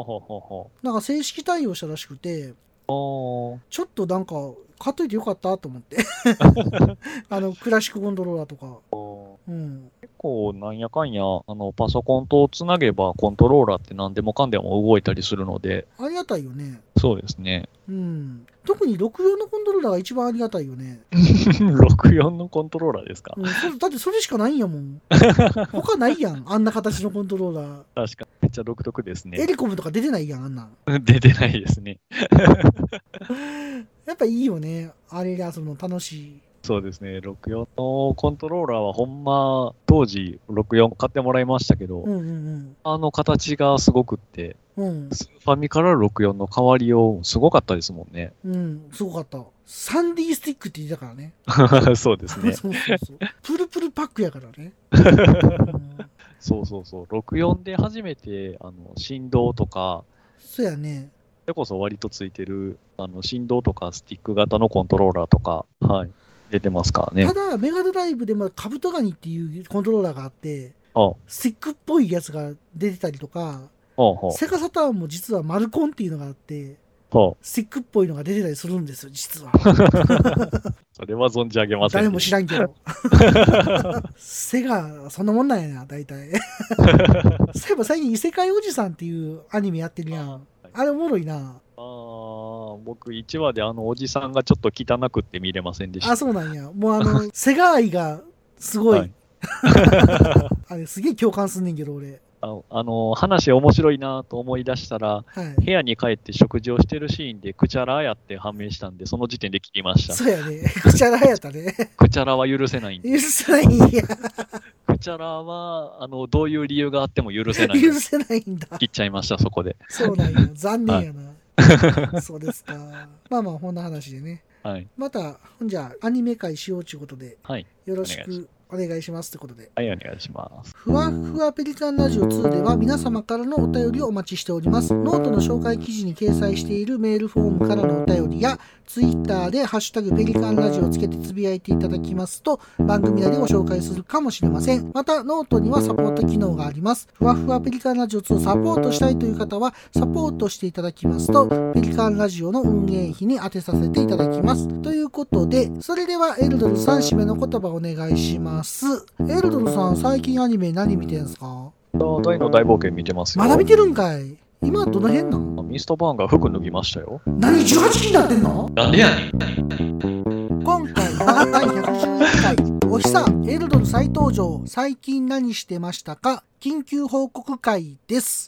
Speaker 2: は
Speaker 1: なんか正式対応したらしくて、
Speaker 2: あは
Speaker 1: ちょっとなんか、買っといてよかったと思 って。あの、クラシックコントローラーとか。
Speaker 2: あー。
Speaker 1: うん。
Speaker 2: 結構なんやかんや、あの、パソコンとつなげばコントローラーって何でもかんでも動いたりするので、
Speaker 1: ありがたいよね。
Speaker 2: そうですね。
Speaker 1: うん。特に64のコントローラーが一番ありがたいよね。
Speaker 2: 64のコントローラーですか
Speaker 1: うん、そだってそれしかないんやも ん。他ないやん。あんな形のコントローラー。
Speaker 2: 確かに。めっちゃ独特です
Speaker 1: エ
Speaker 2: ね。
Speaker 1: リコムとか出てないやん、あんなん。
Speaker 2: 出てないですね。
Speaker 1: やっぱいいよね。あれがその楽しい。
Speaker 2: そうですね、64のコントローラーはほんま、当時64買ってもらいましたけど、
Speaker 1: うんうん
Speaker 2: あの形がすごくって、
Speaker 1: うん。うん。
Speaker 2: スーファミから64の変わりよう、すごかったですもんね。
Speaker 1: うん。すごかった。サンディスティックって言ってたからね。
Speaker 2: そうです ね。
Speaker 1: そうそうそう。プルプルパックやからね。うん
Speaker 2: そうそうそう。64で初めて、あの、振動とか、
Speaker 1: そうやね。
Speaker 2: それこそ割とついてる、あの、振動とかスティック型のコントローラーとか、はい、出てますからね
Speaker 1: た。だ、メガドライブでまだカブトガニっていうコントローラーがあって、
Speaker 2: ああ、
Speaker 1: スティックっぽいやつが出てたりとか、
Speaker 2: ああ、
Speaker 1: セガサターンも実はマルコンっていうのがあって、
Speaker 2: ほ
Speaker 1: スティックっぽいのが出てたりするんですよ、 実は。
Speaker 2: う。それは存じ上げません。
Speaker 1: 誰も知らんけ ど。セガ、そんなもんなんやな、大 体。そういえば最近、異世界おじさんっていうアニメやってるやん。あれおもろいな。
Speaker 2: ああ、僕1話であのおじさんがちょっと汚くって見れませんでした。
Speaker 1: あ、そうなんや。もうあの、セガ愛がすごい。
Speaker 2: はい
Speaker 1: あれ、すげえ共感すんねんけど、俺。
Speaker 2: ああの、話面白いなと思い出したら、
Speaker 1: はい。
Speaker 2: 部屋に帰って食事をしてるシーンでクチャラやって判明したんで、その時点で聞きました。
Speaker 1: そうやね。くちゃらはやった ね。
Speaker 2: クチャラは許せないんで。
Speaker 1: 許せないんや。
Speaker 2: クチャラは、あの、どういう理由があっても許せないで
Speaker 1: 許
Speaker 2: す。
Speaker 1: せないんだ。
Speaker 2: 切っちゃいました、そこで。
Speaker 1: そうなん や。残念やな。そうですか。まあまあ、こんな話でね。
Speaker 2: はい。
Speaker 1: また、ほんじゃあ、アニメ会しようちゅうことで、
Speaker 2: はい。
Speaker 1: よろしくお願いしますってことで。
Speaker 2: はい、お願いします。
Speaker 1: ふわふわペリカンラジオ2では皆様からのお便りをお待ちしております。ノートの紹介記事に掲載しているメールフォームからのお便りや、ツイッターでハッシュタグペリカンラジオをつけてつぶやいていただきますと、番組内でご紹介するかもしれません。また、ノートにはサポート機能があります。ふわふわペリカンラジオ2をサポートしたいという方は、サポートしていただきますと、ペリカンラジオの運営費に当てさせていただきます。ということで、それではエルドルさん締めの言葉お願いします。エルドルさん、最近アニメ何見てんすか
Speaker 2: 大の大冒険見てますよ。
Speaker 1: まだ見てるんかい今どの辺なん
Speaker 2: ミストバーンが服脱ぎましたよ。
Speaker 1: 何 ?18 期になってんの
Speaker 2: なんでやねん。
Speaker 1: 今回は第111回おひさエルドル再登場最近何してましたか緊急報告会です